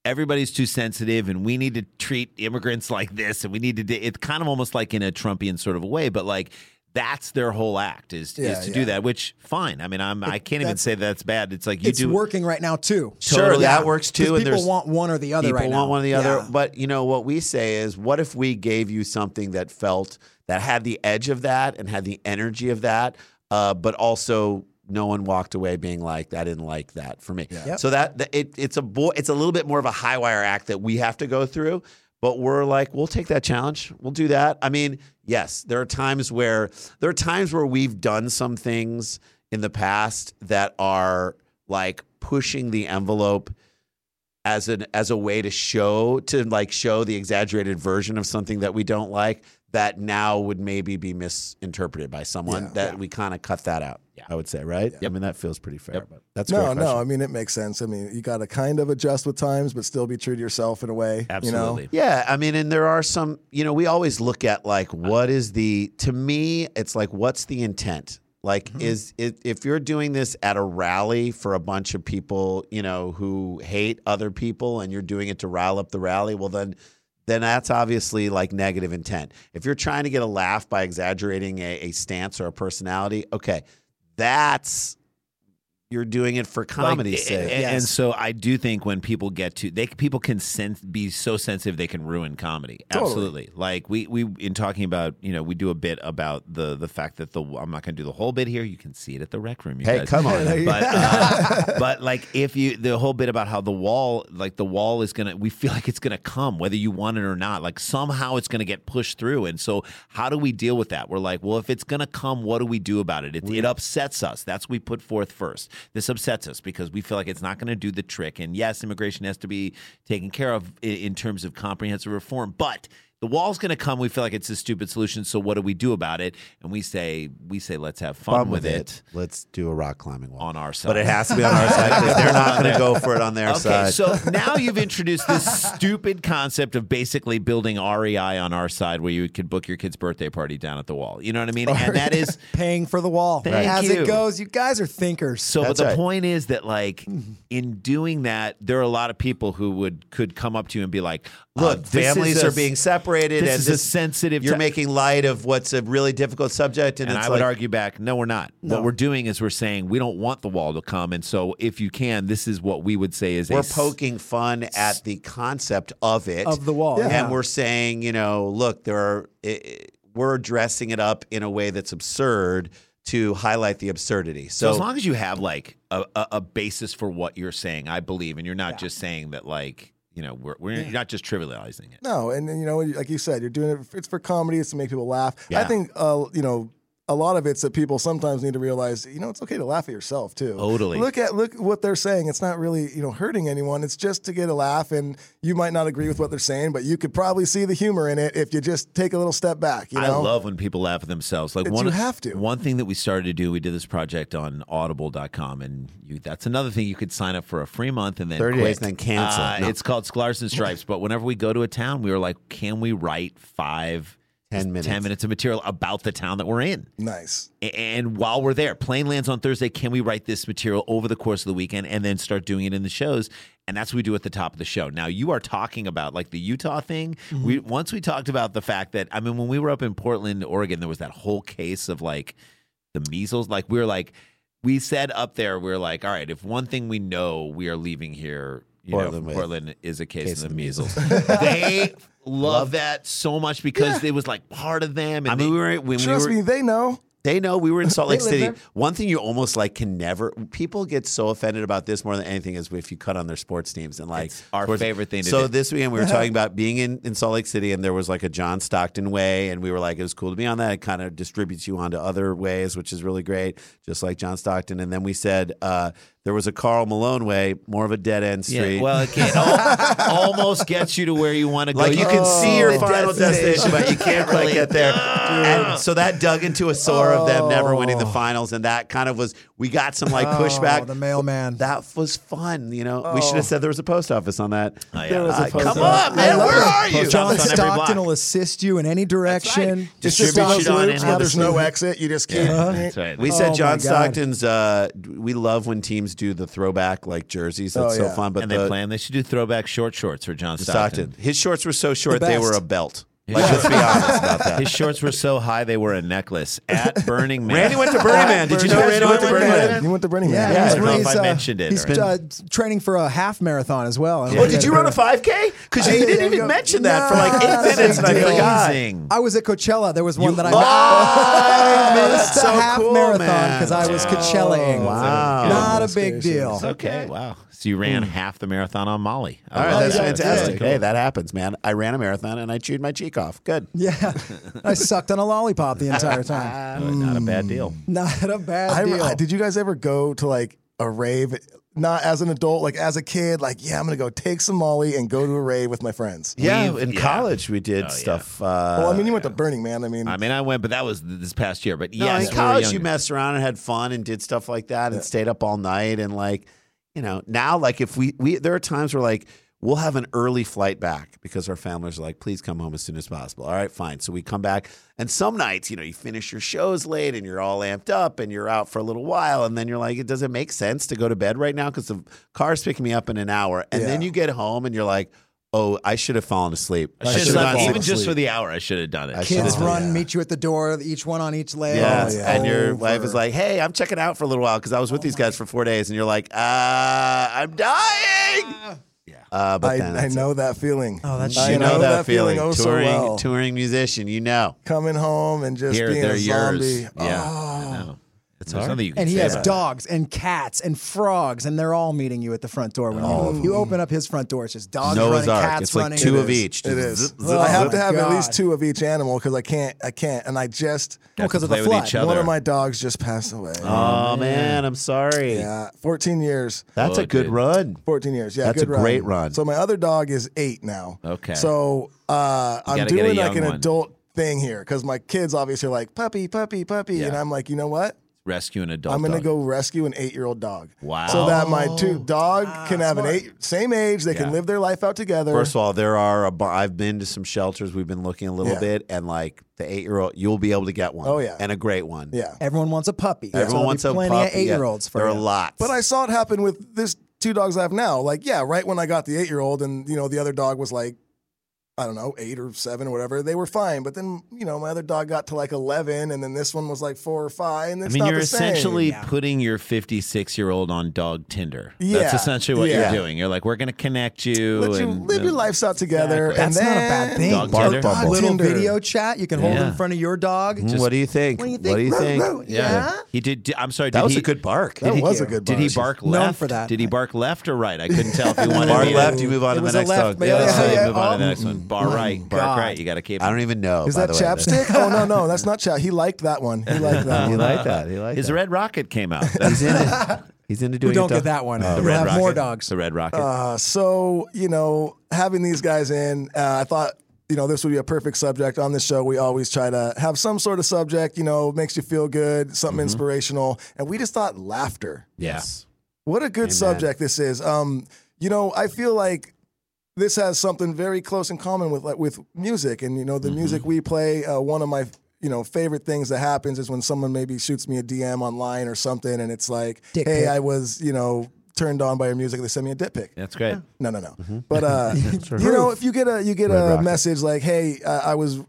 B: everybody's too sensitive and we need to treat immigrants like this and we need to do, it's kind of almost like in a Trumpian sort of a way, but like that's their whole act is
A: Yeah,
B: is to
A: yeah.
B: do that, which fine. I mean, I'm I can't even
D: that's-
B: say that's bad. It's like you
D: It's
B: do
D: working right now too.
C: Sure,
D: Totally.
C: that works, too,
D: 'Cause
C: and
D: people
C: there's-
D: want one or the other
C: people
D: right now.
C: want one or the other
D: Yeah.
C: but you know what we say is what if we gave you something that felt that had the edge of that and had the energy of that uh, but also no one walked away being like I didn't like that for me
D: Yep.
C: so that, that it, it's a boy it's a little bit more of a high wire act that we have to go through but we're like we'll take that challenge we'll do that i mean yes there are times where there are times where we've done some things in the past that are like pushing the envelope as an as a way to show to like show the exaggerated version of something that we don't like that now would maybe be misinterpreted by someone that we kind of cut that out. I would say, right? I mean, that feels pretty fair. But that's a
A: No,
C: great
A: no. I
C: question.
A: mean, it makes sense. I mean, you got to kind of adjust with times, but still be true to yourself in a way.
B: absolutely.
A: You
C: Yeah, I mean, and there are some. You know, we always look at like what is the to me, it's like what's the intent. Like,
B: Mm-hmm.
C: is if, if you're doing this at a rally for a bunch of people, you know, who hate other people, and you're doing it to rile up the rally, well, then then that's obviously like negative intent. If you're trying to get a laugh by exaggerating a, a stance or a personality, okay, that's you're doing it for
B: Like, eh,
C: comedy's
B: a-
C: sake.
B: a- And, so I do think when people get to they people can sense be so sensitive they can ruin comedy. Absolutely. Like we we in talking about, you know, we do a bit about the the fact that the I'm not going to do the whole bit here. You can see it at the rec room. You
C: Hey,
B: guys.
C: come
A: (laughs)
C: on.
B: But (laughs) uh, but like if you the whole bit about how the wall like the wall is going to we feel (laughs) like it's going to come whether you want it or not. Like somehow it's going to get pushed through. And so how do we deal with that? We're like, well, if it's going to come, what do we do about it? It, it upsets us. That's what we put forth first. This upsets us because we feel like it's not going to do the trick. And yes, immigration has to be taken care of i- in terms of comprehensive reform, but the wall's going to come. We feel like it's a stupid solution. So what do we do about it? And we say, we say, let's have fun,
C: Fun
B: with, it.
C: Let's do a rock climbing wall
B: on our side.
C: But it has to be on our side because they're not going to go for it on their
B: Okay,
C: side.
B: so now you've introduced this stupid concept of basically building REI on our side, where you could book your kid's birthday party down at the wall. You know what I
C: (laughs) Oh,
B: mean? And that is
D: Paying for the wall.
B: Thank
D: As
B: you.
D: it goes, you guys are thinkers.
B: so.
C: That's
B: but the
C: right. Mm-hmm.
B: point is that, like, in doing that, there are a lot of people who would could come up to you and be like,
C: Look,
B: uh, this
C: Um, families
B: is a-
C: are being separated.
B: This
C: and
B: is a sensitive.
C: You're
B: ti-
C: making light of what's a really difficult subject, and,
B: And
C: it's
B: I would
C: like,
B: argue back, no, we're not. What we're doing is we're saying we don't want the wall to come, and so if you can, this is what we would say is a
C: we're
B: s-
C: poking fun at the concept of it
D: Of the wall, yeah.
C: and we're saying you know look there are i i we're dressing it up in a way that's absurd to highlight the absurdity
B: So,
C: so,
B: as long as you have like a, a, a basis for what you're saying, I believe, and you're not just saying that like you know we're, we're you're not just trivializing it.
A: No, and, and, you know, like you said, you're doing it. It's for comedy. It's to make people laugh. I
B: Yeah.
A: think uh, you know a lot of it's that people sometimes need to realize. You know, it's okay to laugh at yourself too.
B: Totally.
A: Look at look what they're saying. It's not really you know hurting anyone. It's just to get a laugh, and you might not agree with
B: (laughs)
A: what they're saying, but you could probably see the humor in it if you just take a little step back. You know,
B: I love when people laugh at themselves. Like
A: It's-
B: one
A: you have to.
B: One thing that we started to do, we did this project on audible.com and you, that's another thing you could sign up for a free month and then
C: 30
B: quit.
C: days and then cancel.
B: Uh,
C: No.
B: It's called Scolars and Stripes, but whenever we go to a town, we were like, can we write 5
C: 10 minutes.
B: 10 minutes of material about the town that we're in?
A: nice.
B: A- And while we're there, plane lands on Thursday. Can we write this material over the course of the weekend and then start doing it in the shows? And that's what we do at the top of the show. Now you are talking about like the Utah thing.
C: Mm-hmm.
B: We once we talked about the fact that I mean when we were up in Portland, Oregon, there was that whole case of like the measles. Like we were like we said up there, we are like, all right, if one thing we know we are leaving here, you
C: Portland
B: know,
C: with-
B: Portland is a case, of the measles.
C: (laughs)
B: they love that so much because it was like part of them. And
C: I mean,
B: they-
C: we were when
A: Trust
C: we were,
A: me, they know.
C: They know we
D: (laughs)
C: were in Salt
D: They
C: Lake
D: live
C: City.
D: there.
C: One thing you almost like can never. People get so offended about this more than anything is if you cut on their sports teams and like
B: It's our
C: sports-
B: favorite thing to
C: so
B: do.
C: this weekend we were talking about being in in Salt Lake City and there was like a John Stockton way and we were like it was cool to be on that. It kind of distributes you onto other ways, which is really great, just like John Stockton. And then we said uh, there was a Carl Malone way, more of a dead end street.
B: Yeah, well, it can
C: (laughs)
B: al- almost gets you to where you want to go. Oh,
C: Like you can see your
B: the
C: final destination, but you can't quite get
B: (laughs)
C: there. And so that dug into a sore of them never winning
B: Oh.
C: the finals, and that kind of was we got some like pushback.
D: Oh, the mailman.
C: that was fun, you know. We should have said there was a post office on that.
B: yeah.
A: Oh. There was a
C: Uh,
A: post
C: come
A: office.
C: on, man,
D: I love
C: where
D: it.
C: are you?
B: Post office
D: John
B: on every
D: Stockton
B: block.
D: will assist you in any direction.
A: It's just
B: Distribute
A: on
B: it
A: those
B: on
A: loops
B: any
A: where
B: other
A: there's no exit. You just keep.
B: That's right.
C: We said
D: Oh, my
C: John
D: God.
C: Stockton's. Uh, we love when teams do the throwback like jerseys. That's
A: Oh,
C: so
A: yeah.
C: fun. But
B: and
C: the,
B: they plan they should do throwback short shorts for John
C: Stockton,
B: Stockton.
C: his shorts were so short they
D: best.
C: were a belt. Like,
B: (laughs)
C: let's be honest about that.
B: His shorts were so high they were a necklace
C: (laughs)
B: at Burning Man.
C: Randy went to Burning Man. Did you know
A: Burning
C: Randy
A: Man.
C: went to Burning Man?
A: You went to Burning Man.
D: Yeah,
B: I
D: he's,
B: don't know if
D: he's,
B: I
D: uh,
B: mentioned it.
D: He's
B: or-
D: uh, training for a half marathon as well.
C: Oh, did you run a 5K? Because you
A: I-
C: didn't
A: I
C: even
A: go-
C: mention that for like
A: No,
C: eight minutes, and I
A: dude.
C: forgot.
B: Amazing.
D: I was at Coachella. There was one that I (laughs)
C: Oh,
D: missed
C: that's so
D: a half
C: cool,
D: marathon
C: man. Oh,
D: because I was Coachellaing.
C: Wow.
D: Not a
A: Goodness
D: big
A: gracious.
D: deal.
B: okay, wow. So you ran half the marathon on Molly. I
C: Hmm. All right,
B: love
C: that's
B: that.
C: fantastic.
B: really
C: Hey,
B: cool.
C: that happens, man. I ran a marathon and I chewed my cheek off. Good.
D: Yeah, I sucked on a lollipop the entire
C: (laughs)
D: time.
B: Uh, not a bad deal.
D: Not a bad
A: I,
D: deal.
A: I- did you guys ever go to like a rave? Not as an adult, like as a kid, like yeah, I'm gonna go take some Molly and go to a rave with my friends.
C: Yeah,
B: We've-
C: in
B: yeah.
C: college we did
B: Oh, yeah.
C: stuff. Uh,
A: well, I mean, you went to Burning Man. I mean,
B: I mean, I went, but that was th- this past year. But
C: no,
B: yes,
C: in
B: we were
C: college you
B: younger.
C: messed around and had fun and did stuff like that and stayed up all night and like, you know, now like if we we there are times where like we'll have an early flight back because our families are like, please come home as soon as possible. All right, fine. So we come back and some nights, you know, you finish your shows late and you're all amped up and you're out for a little while and then you're like, it doesn't make sense to go to bed right now because the car's picking me up in an hour and then
A: Yeah.
C: you get home and you're like, oh, I should have fallen asleep.
B: I should
C: should've
B: have
C: gone
B: done
C: to
B: even
C: sleep."
B: just for the hour. I should have done it.
C: I
D: Kids
C: Oh,
D: run,
C: yeah.
D: meet you at the door, each one on each leg.
C: Yeah.
A: Oh, yeah.
C: And your wife is
A: Over.
C: like, hey, I'm checking out for a little while because I was with these guys for four days. And you're like, uh, I'm dying. Yeah. Uh, but
A: I,
C: then
A: I
C: that's
A: know that feeling.
D: Oh, that's
C: it.
A: I
C: You know, that, feeling.
A: oh so
C: touring,
A: well.
C: touring musician, you know.
A: Coming home and just
B: Here,
A: being
B: they're
A: a zombie.
B: yours. Yeah, I
A: Oh.
B: know. That's There's nothing you can
D: And he
B: say
D: has
B: about
D: dogs and cats and frogs, and they're all meeting you at the front door. When you, leave. you open up his front door, it's just dogs
C: Oh. Noah's
D: running,
C: Ark.
D: cats
C: It's like
D: running.
C: two
D: It
C: of
D: is. Oh
C: each.
A: It is.
C: Zip, zip,
A: I have
C: zip.
A: to have at
D: God.
A: least two of each animal because I can't. I can't, and I just
B: Got
D: because
B: to
D: of the
B: play with each
D: flood.
B: other.
A: one of my dogs just passed away.
C: Oh man, I'm sorry.
A: yeah, fourteen years.
C: That's a
B: Oh,
C: good
B: dude.
C: run.
A: 14 years. Yeah,
C: That's
A: good
C: a great run.
A: So my other dog is eight now.
B: Okay.
A: So uh,
B: gotta
A: I'm
B: get a
A: doing like
B: young
A: an
B: one.
A: adult thing here because my kids obviously are like puppy, puppy, puppy, and
B: Yeah.
A: I'm like, you know what?
B: rescue an adult.
A: I'm gonna
B: dog.
A: go rescue an eight year old dog.
B: Wow.
A: So that my two dog can have an eight same age. They
B: Yeah.
A: can live their life out together.
C: First of all, there are. A, bu- I've been to some shelters. We've been looking a little
A: Yeah.
C: bit, and like the eight year old, you'll be able to get one.
A: Oh, yeah.
C: and a great one.
A: yeah.
D: Everyone wants a puppy. So
C: everyone
D: there'll be
C: wants a
D: plenty
C: puppy.
D: of eight-year-olds
C: yeah.
D: for
C: there
D: you.
C: are lots.
A: But I saw it happen with this two dogs I have now. Like, yeah, right when I got the eight year old, and you know, the other dog was like, I don't know, eight or seven or whatever. They were fine, but then you know, my other dog got to like eleven, and then this one was like four or five, and
B: I
A: it's
B: mean,
A: not
B: you're
A: the same.
B: essentially putting your 56 year old on dog Tinder. That's
A: Yeah.
B: essentially what
A: Yeah.
B: you're doing. You're like, we're going to connect you.
A: Let you
B: and-
A: live your lives out together.
D: Exactly.
A: and
D: That's not a
A: then-
D: bad thing.
B: Dog Bark Tinder.
A: Dog
B: bubble.
D: Little
A: Tinder.
D: video chat you can hold
B: Yeah. Mm-hmm.
D: in front of your dog.
C: Mm, what do you think?
D: What do you think?
C: What do you
D: Ruh,
C: think?
D: ruh.
B: Yeah.
D: Yeah.
B: He did. d- I'm sorry.
C: That
B: did
C: was
B: he,
C: a good bark.
A: That
D: Thank
A: was
D: you.
A: a good.
B: Did he
A: bunch.
B: bark
D: known
B: left?
D: for that.
B: Did he bark left or right? I couldn't tell if
A: (laughs)
B: he wanted
C: Bar
B: to be-
C: left, you move on
D: It
C: to the
D: was a
C: next
D: left,
C: dog.
D: but
B: Yeah,
D: yeah,
B: that's
D: yeah,
B: right.
D: yeah.
B: move on to the
D: Oh,
B: next one. Bar right, bark right. You got to keep.
C: I don't even know.
A: Is
C: by
A: that
C: the way.
A: chapstick? oh no, no, that's not chap. He liked that one. He liked that
C: He
A: one.
C: liked that. He liked
B: His
C: that.
B: Red Rocket came
C: (laughs)
B: out. That's
C: He's
D: (laughs)
C: in it. He's into doing. Oh.
D: We don't
C: it
D: get that one.
B: the
D: we'll
B: Red
D: have
B: Rocket.
D: more dogs.
B: The Red Rocket.
A: Uh, so you know, having these guys in, uh, I thought you know this would be a perfect subject on this show. We always try to have some sort of subject, you know, makes you feel good, something
D: Mm-hmm.
A: inspirational, and we just thought laughter.
B: yes.
A: What a good subject this is. Um, you know, I feel like this has something very close in common with like, with music, and you know, the
D: Mm-hmm.
A: music we play. Uh, one of my you know favorite things that happens is when someone maybe shoots me a DM online or something, and it's like,
D: Dick
A: hey,
D: pic.
A: I was you know turned on by your music. They sent me a dick pic.
B: That's great.
A: No, no, no.
C: Mm-hmm. (laughs)
A: But uh, you know, if you get a you get a message like, "Hey, uh, I was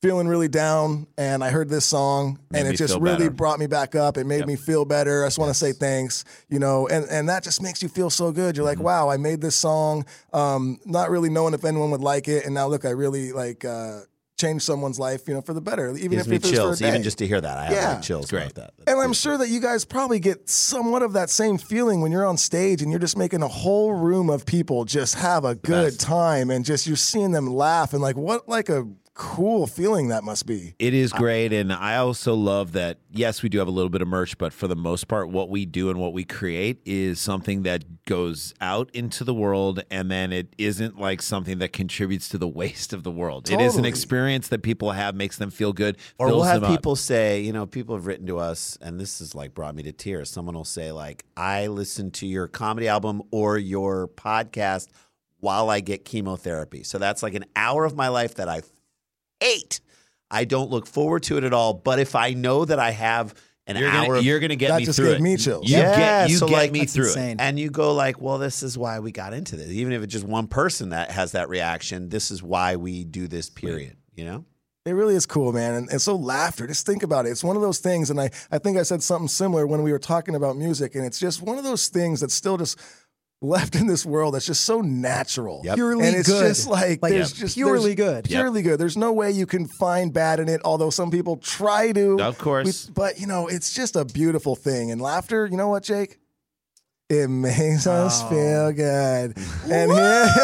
A: feeling really down, and I heard this song,
B: Made
A: and
B: me
A: it just
B: feel
A: really
B: better."
A: brought me back up. It made me feel better. I just want to say thanks. You know, and and that just makes you feel so good. You're
C: Mm-hmm.
A: like, wow, I made this song, um, not really knowing if anyone would like it, and now look, I really like uh, changed someone's life, you know, for the better, even
C: Gives
A: if
C: me
A: it's for a
C: chills,
A: day.
C: even just to hear that. I have
A: Yeah.
C: like chills
B: Great.
C: about that.
A: And I'm sure that you guys probably get somewhat of that same feeling when you're on stage and you're just making a whole room of people just have a good time and just you're seeing them laugh and like what like a cool feeling that must be.
B: It is great. And I also love that, yes, we do have a little bit of merch, but for the most part, what we do and what we create is something that goes out into the world and then it isn't like something that contributes to the (laughs) waste of the world. It is an
A: Totally.
B: experience that people have, makes them feel good.
C: Or we'll
B: fills
C: have
B: them up.
C: people say, you know, people have written to us, and this has like brought me to tears. Someone will say, like, I listen to your comedy album or your podcast while I get chemotherapy. So that's like an hour of my life that I hate. I don't look forward to it at all. But if I know that I have an
B: You're
C: hour
B: gonna,
C: of
B: you're gonna get
A: that
B: me
A: just
B: through
A: gave
B: it.
A: me chills.
B: You
C: Yeah,
B: get, you
C: so,
B: get
C: like-
B: me
D: That's
B: through
D: insane.
C: and you go like, well, this is why we got into this. Even if it's just one person that has that reaction, this is why we do this. Period. You know,
A: It really is cool, man. And, and so laughter, just think about it. It's one of those things. And I, I think I said something similar when we were talking about music. And it's just one of those things that's still just left in this world that's just so natural.
C: Yep.
D: Purely
A: and it's
D: good.
A: just like,
D: Like,
A: there's
D: yeah.
A: just
D: purely
A: there's-
D: good.
B: Yep.
A: Purely good. There's no way you can find bad in it, although some people try to.
B: it. Of course.
A: We- but you know, it's just a beautiful thing. And laughter, you know what, Jake? It makes us
D: Oh.
A: feel good.
D: (laughs)
A: And here
D: (laughs)
A: (laughs)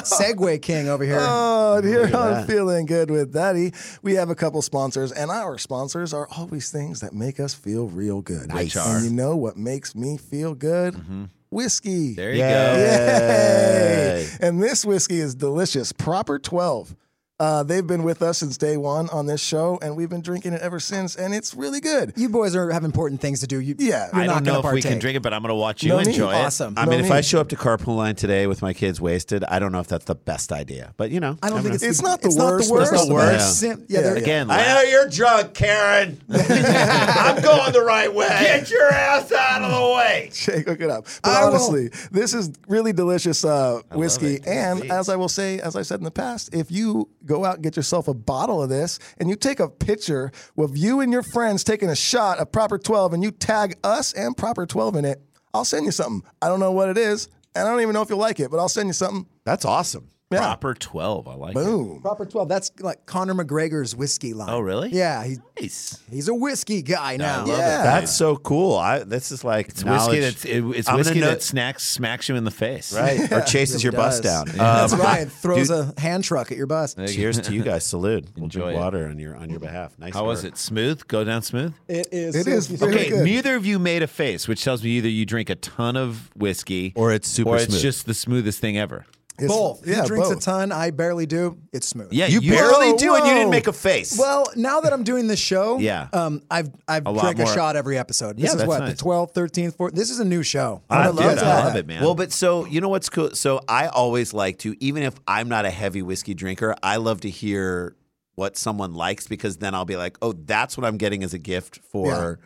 D: Segway King over here.
A: Oh, and here on Feeling Good with Daddy, we have a couple sponsors, and our sponsors are always things that make us feel real good.
B: Nice.
A: And you know what makes me feel good? Whiskey.
B: Mm-hmm. There you go.
A: Yay.
C: Yay.
A: And this whiskey is delicious. Proper 12. Uh, they've been with us since day one on this show, and we've been drinking it ever since, and it's really good. (laughs)
D: You boys are have important things to do. You,
A: Yeah.
D: you're
B: I
D: not
B: don't know
D: gonna
B: if we can
D: partake.
B: drink it, but I'm gonna watch you
A: No need.
B: enjoy
D: Awesome.
C: I
A: No
C: mean, if I
A: need.
C: show up to carpool line today with my kids wasted, I don't know if that's the best idea. But you know,
D: I don't think it's,
A: It's not the worst,
D: Not the worst.
A: but
D: It's
A: it's
D: not the
C: not the
D: worst.
C: best.
D: Sim- yeah,
A: Yeah.
D: there-
B: Again,
C: I know you're drunk, (laughs) Karen. I'm going the right way. Get your ass out of the way.
A: Jake, look it up. But
D: I will.
A: honestly, this is really delicious uh, whiskey. And as I will say, as I said in the past, if you go out and get yourself a bottle of this and you take a picture with you and your friends taking a shot of Proper 12 and you tag us and Proper 12 in it, I'll send you something. I don't know what it is. And I don't even know if you'll like it, but I'll send you something.
C: That's awesome.
B: Proper 12. I like it.
A: Boom.
D: Proper 12. That's like Conor McGregor's whiskey line.
B: Oh, really?
D: Yeah. He,
B: Nice.
D: he's a whiskey guy now.
B: love
C: Yeah, that's so cool. I this is like
B: It's whiskey,
C: knowledge.
B: that's, it, it's
C: I'm gonna
B: whiskey
C: know-
B: that snacks, smacks you in the face.
C: (laughs) right or chases your bus
D: does. (laughs)
C: down.
D: That's
C: Um,
D: right. Throws a hand truck at your bus.
C: Cheers
D: (laughs)
C: to you guys. Salute. We'll
B: Enjoy
C: drink
B: it.
C: water on your on your behalf. Nice.
B: How was
C: work.
B: it? Smooth? Go down smooth?
D: It is.
A: It is
D: silky
A: very
D: smooth.
B: Okay,
A: good.
B: neither of you made a face, which tells me either you drink a ton of whiskey
C: Or it's super
B: or it's
C: smooth.
B: just the smoothest thing ever.
A: It's-
D: Both.
A: Yeah,
D: he drinks
A: both.
D: a ton. I barely do. It's smooth.
B: Yeah,
C: You,
B: you-
C: barely
B: Whoa,
C: do, and you didn't
B: whoa.
C: make a face.
D: Well, now that I'm doing this show,
B: Yeah.
D: um, I've I've
B: lot
D: drank a
B: more.
D: shot every episode. This
B: Yeah,
D: is
B: that's
D: what
B: nice.
D: the 12th, 13th, 14th. This is a new show.
B: I
D: I'm
B: love
D: about
B: it.
D: that.
B: I love it, man.
C: Well, but so you know what's cool? So I always like to, even if I'm not a heavy whiskey drinker, I love to hear what someone likes because then I'll be like, oh, that's what I'm getting as a gift for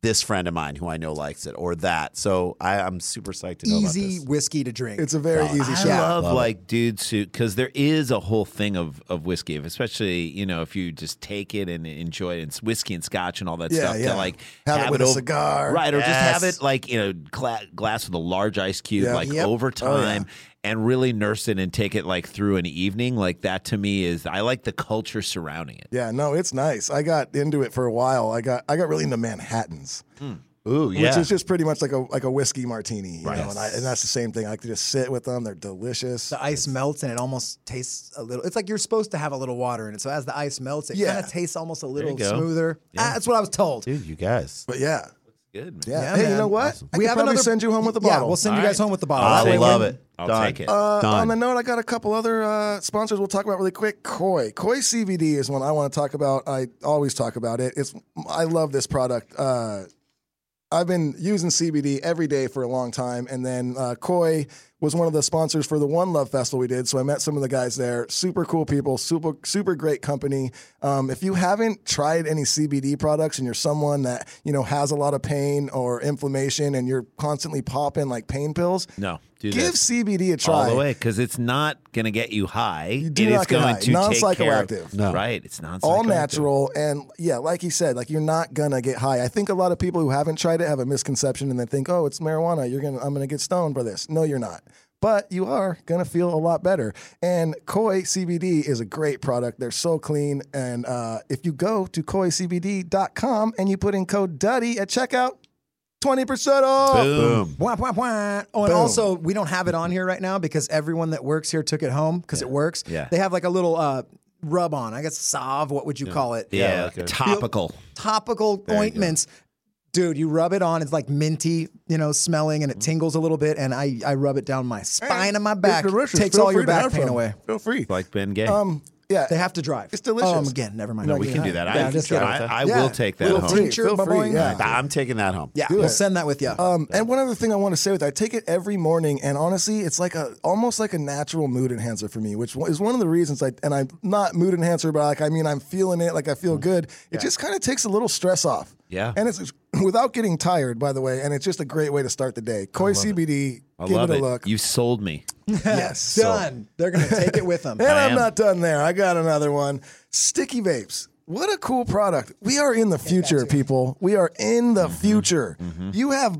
C: this friend of mine who I know likes it or that. So I, I'm super psyched to know about
D: Easy
C: this.
D: whiskey to drink.
A: It's a very easy
B: I
A: shot.
B: love, like dudes who because there is a whole thing of of whiskey, especially you know if you just take it and enjoy it. It's whiskey and scotch and all that
A: Yeah,
B: stuff.
A: yeah.
B: To like
A: Have it with a
B: ov-
A: cigar.
B: right? Or just have
C: Yes.
B: it like in a gla- glass with a large ice cube,
A: Yeah.
B: like
A: Yep.
B: over
A: Oh, yeah.
B: time. And really nurse it and take it like through an evening. Like that to me is, I like the culture surrounding it.
A: Yeah, no, it's nice. I got into it for a while. I got I got really into Manhattans,
C: Ooh, yeah.
A: which is just pretty much like a like a whiskey martini, you know.
C: Right.
A: And, I, and that's the same thing. I like to just sit with them. They're delicious.
D: the ice melts and it almost tastes a little. It's like you're supposed to have a little water in it. So as the ice melts, it
A: Yeah.
D: kind of tastes almost a little
B: go.
D: smoother. Ah, that's what I was told.
C: Dude, you guys.
A: But yeah,
B: Good.
A: yeah.
D: Yeah,
A: hey, you
D: man.
A: know what? I
D: we
A: could
D: have
A: probably
D: another.
A: send you home with a
D: Yeah,
A: bottle.
D: we'll send you
B: All
D: guys
B: right.
D: home with the
C: I
D: bottle. That way
C: love
D: when-
C: it.
B: I'll
C: Done.
B: take it.
A: Uh,
C: Done.
A: on the note, I got a couple other uh, sponsors we'll talk about really quick. Koi. Koi CBD is one I want to talk about. I always talk about it. It's I love this product. Uh, I've been using CBD every day for a long time. And then uh, Koi was one of the sponsors for the One Love Festival we did. So I met some of the guys there. Super cool people, super, super great company. Um, if you haven't tried any CBD products and you're someone that, you know, has a lot of pain or inflammation and you're constantly popping like pain pills,
B: No, do
A: give
B: this.
A: CBD a try.
B: all the way because it's not going to get you high. You
A: do
B: it
A: not
B: is
A: get
B: going to
A: high.
B: take care.
A: Non-psychoactive.
B: Of,
C: No.
B: Right, it's non
A: all natural and yeah like he said like you're not gonna get high i think a lot of people who haven't tried it have a misconception and they think oh it's marijuana you're gonna i'm gonna get stoned by this no you're not but you are gonna feel a lot better and koi cbd is a great product they're so clean and uh, if you go to koicbd.com and you put in code duddy at checkout 20% off
C: Boom.
D: Wah, wah, wah. Oh, and
A: Boom.
D: also we don't have it on here right now because everyone that works here took it home because it works.
B: Yeah.
D: They have like a little uh, rub on, I guess salve, what would you call it?
B: Yeah, topical.
D: Topical ointments. Dude, you rub it on, it's like minty, you know, smelling and it
B: Mm-hmm.
D: tingles a little bit and I, I rub it down my spine and my back.
A: delicious.
D: Takes
A: Feel
D: all your
A: free to
D: back
A: have
D: pain
A: some.
D: away.
A: feel free
B: like Ben Gay.
A: um yeah
D: They have to drive.
A: It's delicious.
D: Um, again, never mind.
A: No,
B: we can do that.
D: Yeah,
B: I,
D: just
B: I,
D: get it.
B: I
A: Yeah.
B: will take that
A: Little
B: home.
A: free,
D: Tincture,
A: feel free.
D: ba-boing.
A: Yeah.
C: I'm taking that home.
D: Yeah,
A: Do
D: we'll
A: it.
D: send that
B: (laughs)
D: with you.
A: Um, and one other thing I want to say with I take it every morning, and honestly, it's like a almost like a natural mood enhancer for me, which is one of the reasons I and I'm not mood enhancer, but like I mean I'm feeling it, like I feel good. It just kind of takes a little stress off.
B: Mm-hmm. Yeah.
A: and it's (clears throat) without getting tired, by the way, and it's just a great way to start the day. Koi CBD,
B: I
A: give
B: love
A: it a
B: it.
A: look. (laughs)
B: You sold me.
A: yes,
D: Done. They're going to take it with
A: (laughs)
D: them.
A: and
B: I
A: I'm
B: am.
A: not done there. I got another one. Sticky vapes. What a cool product. We are in the future, people. We are in the
B: Mm-hmm.
A: future. You have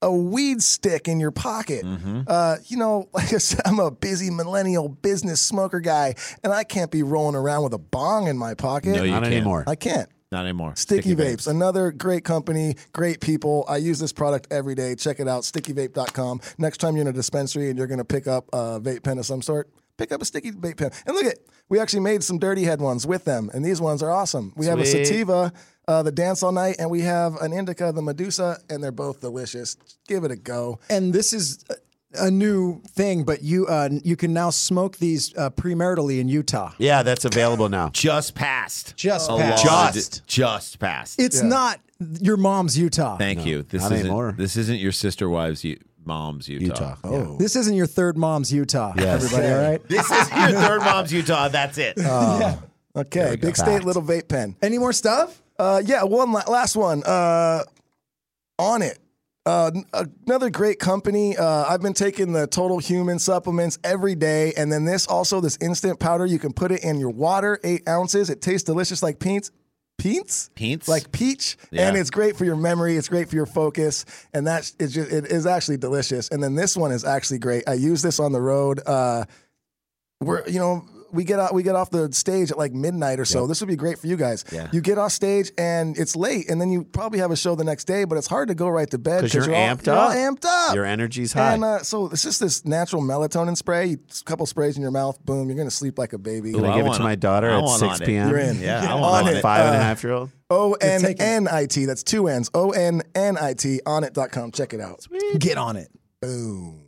A: a weed stick in your pocket.
B: Mm-hmm.
A: Uh, you know, (laughs) like I said, I'm a busy millennial business smoker guy, and I can't be rolling around with a bong in my pocket.
B: No, you
C: Not
B: can't.
C: anymore.
A: I can't.
B: Not anymore.
A: Sticky, vapes, another great company, great people. I use this product every day. Check it out, stickyvape.com. Next time you're in a dispensary and you're going to pick up a vape pen of some sort, pick up a sticky vape pen. And look at, we actually made some dirty head ones with them, and these ones are awesome. We have a
B: Sweet.
A: sativa, uh, the dance all night, and we have an indica, the medusa, and they're both delicious. Give it a go.
D: and this is a- a new thing, but you uh, you can now smoke these uh, premaritally in Utah.
C: Yeah, that's available now.
B: Just passed.
D: Just
B: A
D: passed.
B: law
C: Just.
B: d- just passed.
D: It's not your mom's Utah.
B: Thank you. This
C: not
B: isn't
C: anymore.
B: this isn't your sister wives' u- mom's Utah.
C: Oh.
D: This isn't your third mom's Utah. Everybody, all right?
B: This is your third mom's Utah. That's it.
A: Okay, big state, little vape pen.
D: Any more stuff?
A: Uh, yeah, one la- last one. Uh, on it. Uh, n- another great company. Uh, I've been taking the Total Human supplements every day, and then this also this instant powder. You can put it in your water, eight ounces. It tastes delicious, like peats, peats,
B: Peats?
A: like peach,
B: Yeah.
A: and it's great for your memory. It's great for your focus, and that's it's just it is actually delicious. And then this one is actually great. I use this on the road. Uh, we're you know we get out we get off the stage at like midnight or so. This would be great for you guys.
C: Yeah.
A: You get off stage and it's late, and then you probably have a show the next day, but it's hard to go right to bed
B: 'Cause you're
A: all-
B: amped
A: you're all
B: up.
A: amped up.
B: Your energy's high.
A: and uh, so it's just this natural melatonin spray. A couple sprays in your mouth, boom, you're gonna sleep like a baby.
B: Can
C: Ooh,
B: I
C: I
B: give it
C: want
B: to my
C: it.
B: daughter
C: I
B: at
C: want
B: 6
C: on it.
B: p.m.?
A: You're in.
C: Yeah, I
A: You're
C: want
A: on
C: on
A: it.
C: it.
B: Five and a
A: Uh,
B: half year old.
A: O N
D: taking-
A: N I T. That's two N's. O N N I T. Onnit.com. Check it out.
D: Get on it.
A: Boom.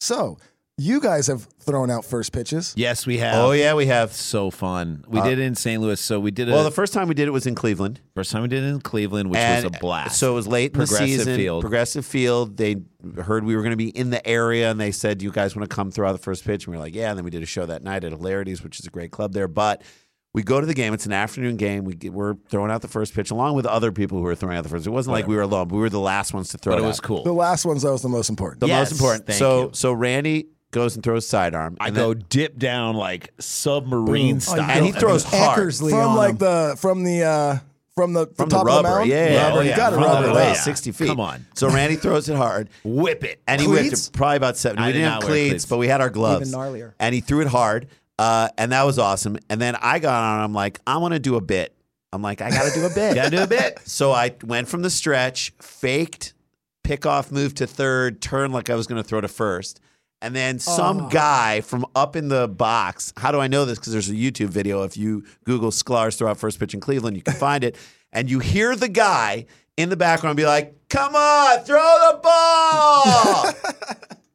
A: So you guys have thrown out first pitches.
C: Yes, we have.
B: Oh yeah, we have. Uh,
C: So fun. We did it in St. Louis. So we did it.
B: Well, the first time we did it was in Cleveland,
C: first time we did it in Cleveland, which
B: and uh,
C: was a blast.
B: So it was late in
C: Progressive
B: the season.
C: Field.
B: Progressive Field. They heard we were going to be in the area, and they said, "Do "You guys want to come throw out the first pitch?" And we were like, "Yeah." And then we did a show that night at Hilarities, which is a great club there. But we go to the game. It's an afternoon game. We get, we're throwing out the first pitch along with other people who were throwing out the first. It wasn't like we were alone. But we were the last ones to throw.
C: but it
B: out.
C: was cool.
A: The last one's that was the most important.
B: The
C: Yes,
B: most important.
C: thank
B: so
C: you.
B: so Randy goes and throws sidearm.
C: I
B: and
C: go
B: then-
C: dip down like submarine style.
B: and he throws hard.
D: Eckersley
A: from
D: on
A: like
D: him.
A: the from the uh from the, the
B: from
A: top
B: the
A: of the
B: rubber.
A: mound.
B: yeah, yeah,
A: Rubber.
B: yeah.
A: You got to
B: From
A: rub
B: the
A: it
B: rubber,
A: out.
C: Yeah.
B: Sixty feet.
C: Come on.
B: So Randy throws it hard,
C: Whip it.
B: and he
D: Cleats?
B: went to probably about seventy.
C: I
B: we
C: did
B: didn't
C: not
B: have
C: wear
B: cleats,
C: cleats.
B: but we had our gloves.
D: gnarlier.
B: And he threw it hard, uh, and that was awesome. And then I got on. I'm like, I want to do a bit. I'm like, I got to do a
C: (laughs)
B: bit.
C: Gotta do a bit.
B: So I went from the stretch, faked pickoff move to third, turn like I was going to throw to first. And then some guy from up in the box, how do I know this? Because there's a YouTube video. If you Google Sklar's throw out first pitch in Cleveland, you can find it. And you hear the guy in the background be like, come on, throw the ball.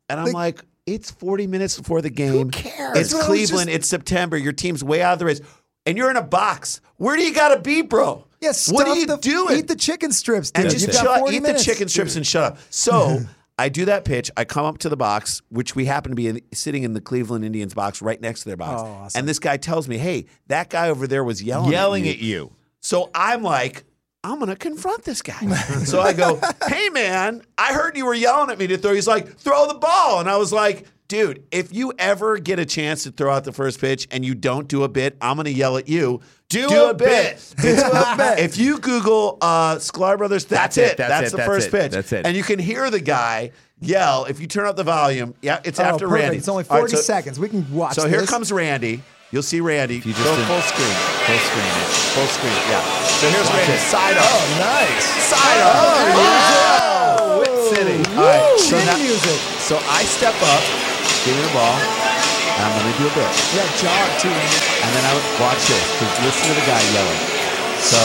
B: and I'm like, it's 40 minutes before the game. Who cares? It's
A: That's what I was
B: Cleveland.
A: just-
B: It's September. Your team's way out of the race. And you're in a box. Where do you got to be, bro?
D: Yes.
B: What are you
D: the,
B: doing?
D: Eat the chicken strips, dude.
B: and
D: You've
B: just
D: got
B: chill,
D: 40
B: eat
D: minutes.
B: the chicken strips and shut up.
D: (laughs)
B: So I do that pitch. I come up to the box, which we happen to be in, sitting in the Cleveland Indians box right next to their box.
D: Oh, awesome.
B: And this guy tells me, "Hey, that guy over there was yelling,
C: Yelling
B: at you.
C: at you.
B: So I'm like, I'm gonna confront
D: (laughs)
B: this guy. so I go, hey man, I heard you were yelling at me to throw. He's like, throw the ball. And I was like, dude, if you ever get a chance to throw out the first pitch and you don't do a bit, I'm gonna yell at you. Do,
C: a
B: It's- (laughs) If you Google uh, Sklar Brothers, that's,
C: That's it,
B: it.
C: that's
B: That's
C: it,
B: the
C: that's
B: first
C: it,
B: pitch.
C: that's it.
B: And you can hear the guy yell. If you turn up the volume, yeah, it's
D: Oh,
B: after
D: perfect.
B: Randy.
D: It's only
B: All
D: 40
B: right, so-
D: seconds. We can watch
B: So here
D: this.
B: comes Randy. You'll see Randy.
C: You just
B: Go
C: did-
B: full screen.
C: Full screen it.
B: Full screen, yeah. So here's Randy. Side up.
D: Oh,
A: nice.
B: Side up.
C: Oh, Whip City.
B: All right. So,
D: Chin
B: now-
D: music.
B: so I step up, give me the ball, and I'm going to do a bit.
D: Yeah, jog too.
B: And then I would watch this. 'cause Listen to the guy yelling. So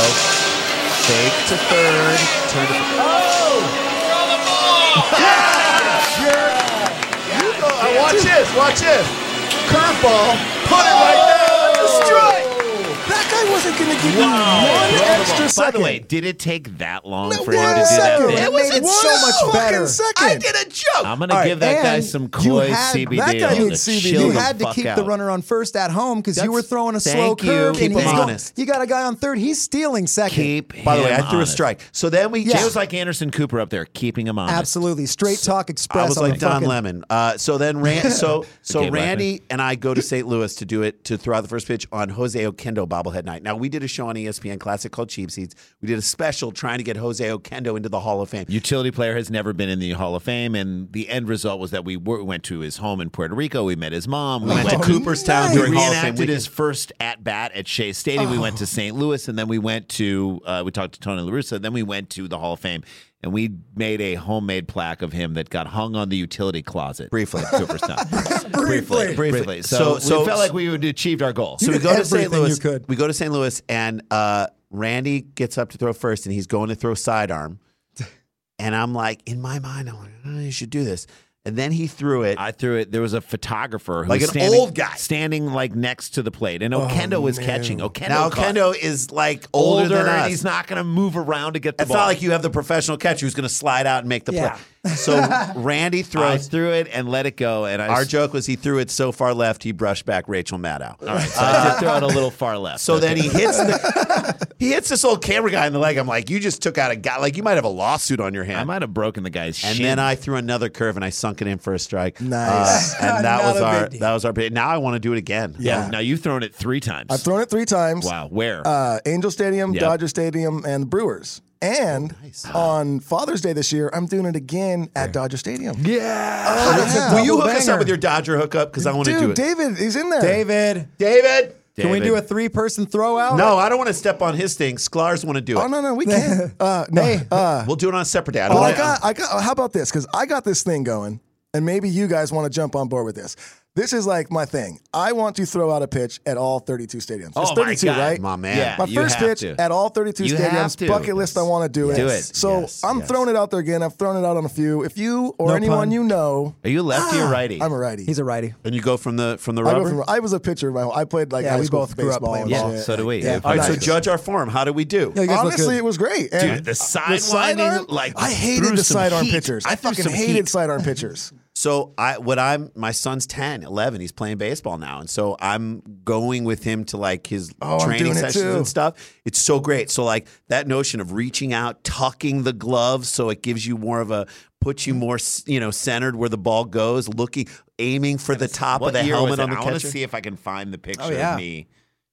B: fake to third, turn to (laughs) Oh! Throw the ball! yeah! You go, I watch this, watch this. Curveball, put it right there.
A: Oh!
B: Strike!
A: That guy wasn't going to give you one extra
C: By
A: second.
C: the way, did it take that long for
A: one
C: him to do
A: second.
C: that
A: It
C: thing?
A: was made it so much
D: fucking
A: better.
D: second.
B: I did a joke.
C: I'm gonna
A: All right,
C: give that guy
A: and
C: some
A: you
C: Cloy
A: had-
C: CBD.
A: that guy
C: oil
A: needs
C: to
A: CBD.
C: chill
D: You
A: Chill
D: had to
C: fuck
D: keep
C: out.
D: the runner on first at home because you
B: That's-
D: were throwing a
C: thank
D: slow
C: you.
D: curve
C: Keep
D: and
C: him
D: he's going,
B: honest.
D: you got a guy on third. He's stealing second.
C: Keep.
B: By the way,
C: him
B: I threw
C: honest.
B: a strike. So then we
C: It
B: yeah.
C: was like Anderson Cooper up there, keeping him honest.
D: Absolutely. Straight talk express.
B: I was
D: on
B: like
D: the
B: Don
D: fucking-
B: Lemon. Uh, so then
A: (laughs)
B: Ran- so so
C: Okay, Blackman.
B: Randy and I go to St. Louis to do it to throw out the first pitch on Jose Okendo bobblehead night. Now we did a show on E ESPN Classic called Cheap Seats. We did a special trying to get Jose Okendo into the Hall of Fame.
C: Utility player has never been in the Hall of Fame, and the end result was that we were, went to his home in Puerto Rico. We met his mom. We
B: We
C: went to Cooper.
B: Cooperstown
C: We
B: during Hall of Fame
C: reenacted
B: weekend.
C: his first at bat at Shea Stadium. We went to St. Louis, and then we went to uh, we talked to Tony La Russa. Then we went to the Hall of Fame, and we made a homemade plaque of him that got hung on the utility closet
B: Briefly.
C: at Cooperstown.
A: Briefly.
C: briefly.
B: So-
C: So,
B: so-
C: we felt like we would achieved our goal.
B: So we
D: did
B: go to St.
D: everything
B: Louis.
D: you could.
B: We go to St. Louis, and uh, Randy gets up to throw first, and he's going to throw sidearm. And I'm like, in my mind, I'm like, oh, you should do this. And then he threw it.
C: I threw it. There was a photographer, who
B: Like
C: was
B: an
C: standing,
B: old guy.
C: standing like next to the plate, and Okendo was catching. Okendo
B: now
C: caught.
B: Kendo is like older,
C: older,
B: than us.
C: and he's not going to move around to get the
B: It's
C: ball.
B: not like you have the professional catcher who's going to slide out and make the
D: Yeah.
B: play. So Randy
C: I
B: throws.
C: threw it and let it go, and I
B: Our
C: s-
B: joke was he threw it so far left he brushed back Rachel Maddow.
C: All right, so I
A: Uh,
C: did throw it a little far left.
B: So
C: Okay.
B: then he hits the, he hits this old camera guy in the leg. I'm like, you just took out a guy. Like you might have a lawsuit on your
C: I
B: hand.
C: might have broken the guy's
B: and
C: shin.
B: then I threw another curve and I sunk it in for a strike.
A: Nice. (laughs)
B: Uh, and that
A: Not
B: was
A: a
B: our
A: big deal.
B: that was our big. Now I want to do it again. Oh,
C: yeah. Now you've thrown it three times.
A: I've thrown it three times.
C: wow. Where?
A: Uh, Angel Stadium,
C: Yep.
A: Dodger Stadium, and the Brewers. And
B: Oh,
A: on Father's Day this year, I'm doing it again at Dodger Stadium.
B: Yeah.
A: that's a
B: Will you hook
A: double
B: us
A: Oh, banger.
B: up with your Dodger hookup? Because I want to do
A: Dude,
B: it.
A: David, he's in there.
D: David,
B: David.
D: can we
C: David.
D: do a three-person throwout?
B: No, I don't want to step on his thing. Sklar's want to do it.
A: Oh no, no,
B: (laughs)
A: we can't. Uh, no. uh,
B: We'll do it on a separate day. I don't
C: Oh,
A: well, I
B: wanna-
A: got, I got. How about this? Because I got this thing going, and maybe you guys want to jump on board with this. This is like my thing. I want to throw out a pitch at all 32 stadiums. It's
C: Oh, my
A: 32,
C: God.
A: right?
B: my man.
C: Yeah.
A: My
C: You
A: first
C: have
A: pitch
C: to.
A: at all 32
C: You have
A: stadiums.
C: to.
A: Bucket list. I want to do it.
C: Do it.
A: So
C: Yes,
A: I'm
C: yes.
A: throwing it out there again. I've thrown it out on a few. If you or
D: No
A: anyone
D: pun.
A: you know,
C: Are you lefty or righty?
A: Ah, I'm a righty.
D: he's a righty.
B: And you go from the from the
A: I, go
B: rubber.
A: from- I was a pitcher. My whole, I played like
D: Yeah,
A: high
D: we
A: school
D: both grew up
A: baseball and
D: playing
A: shit.
C: yeah, so do we.
A: Yeah.
C: Yeah.
B: All right, so
A: Nice.
B: judge our form. How do we do?
D: Yeah, you guys look
A: Honestly,
D: good.
A: it was great. And
C: Dude, the sidewinding, like,
A: I hated
C: threw
A: the
C: some
A: sidearm
C: heat.
A: pitchers.
C: I
A: (laughs) I
C: threw
A: fucking
C: some
A: hated
C: heat.
A: sidearm pitchers.
B: So I what I'm my son's 10, 11, he's playing baseball now. And so I'm going with him to like his
A: Oh, I'm
B: training
A: doing it
B: sessions
A: too.
B: and stuff. It's so great. So like that notion of reaching out, tucking the gloves so it gives you more of a puts
C: Mm-hmm.
B: you more, s- you know, centered where the ball goes, looking aiming for the top of
C: What
B: the
C: year
B: helmet
C: was it?
B: on the
C: I want
B: catcher.
C: to see if I can find the picture
D: Oh, yeah.
C: of me.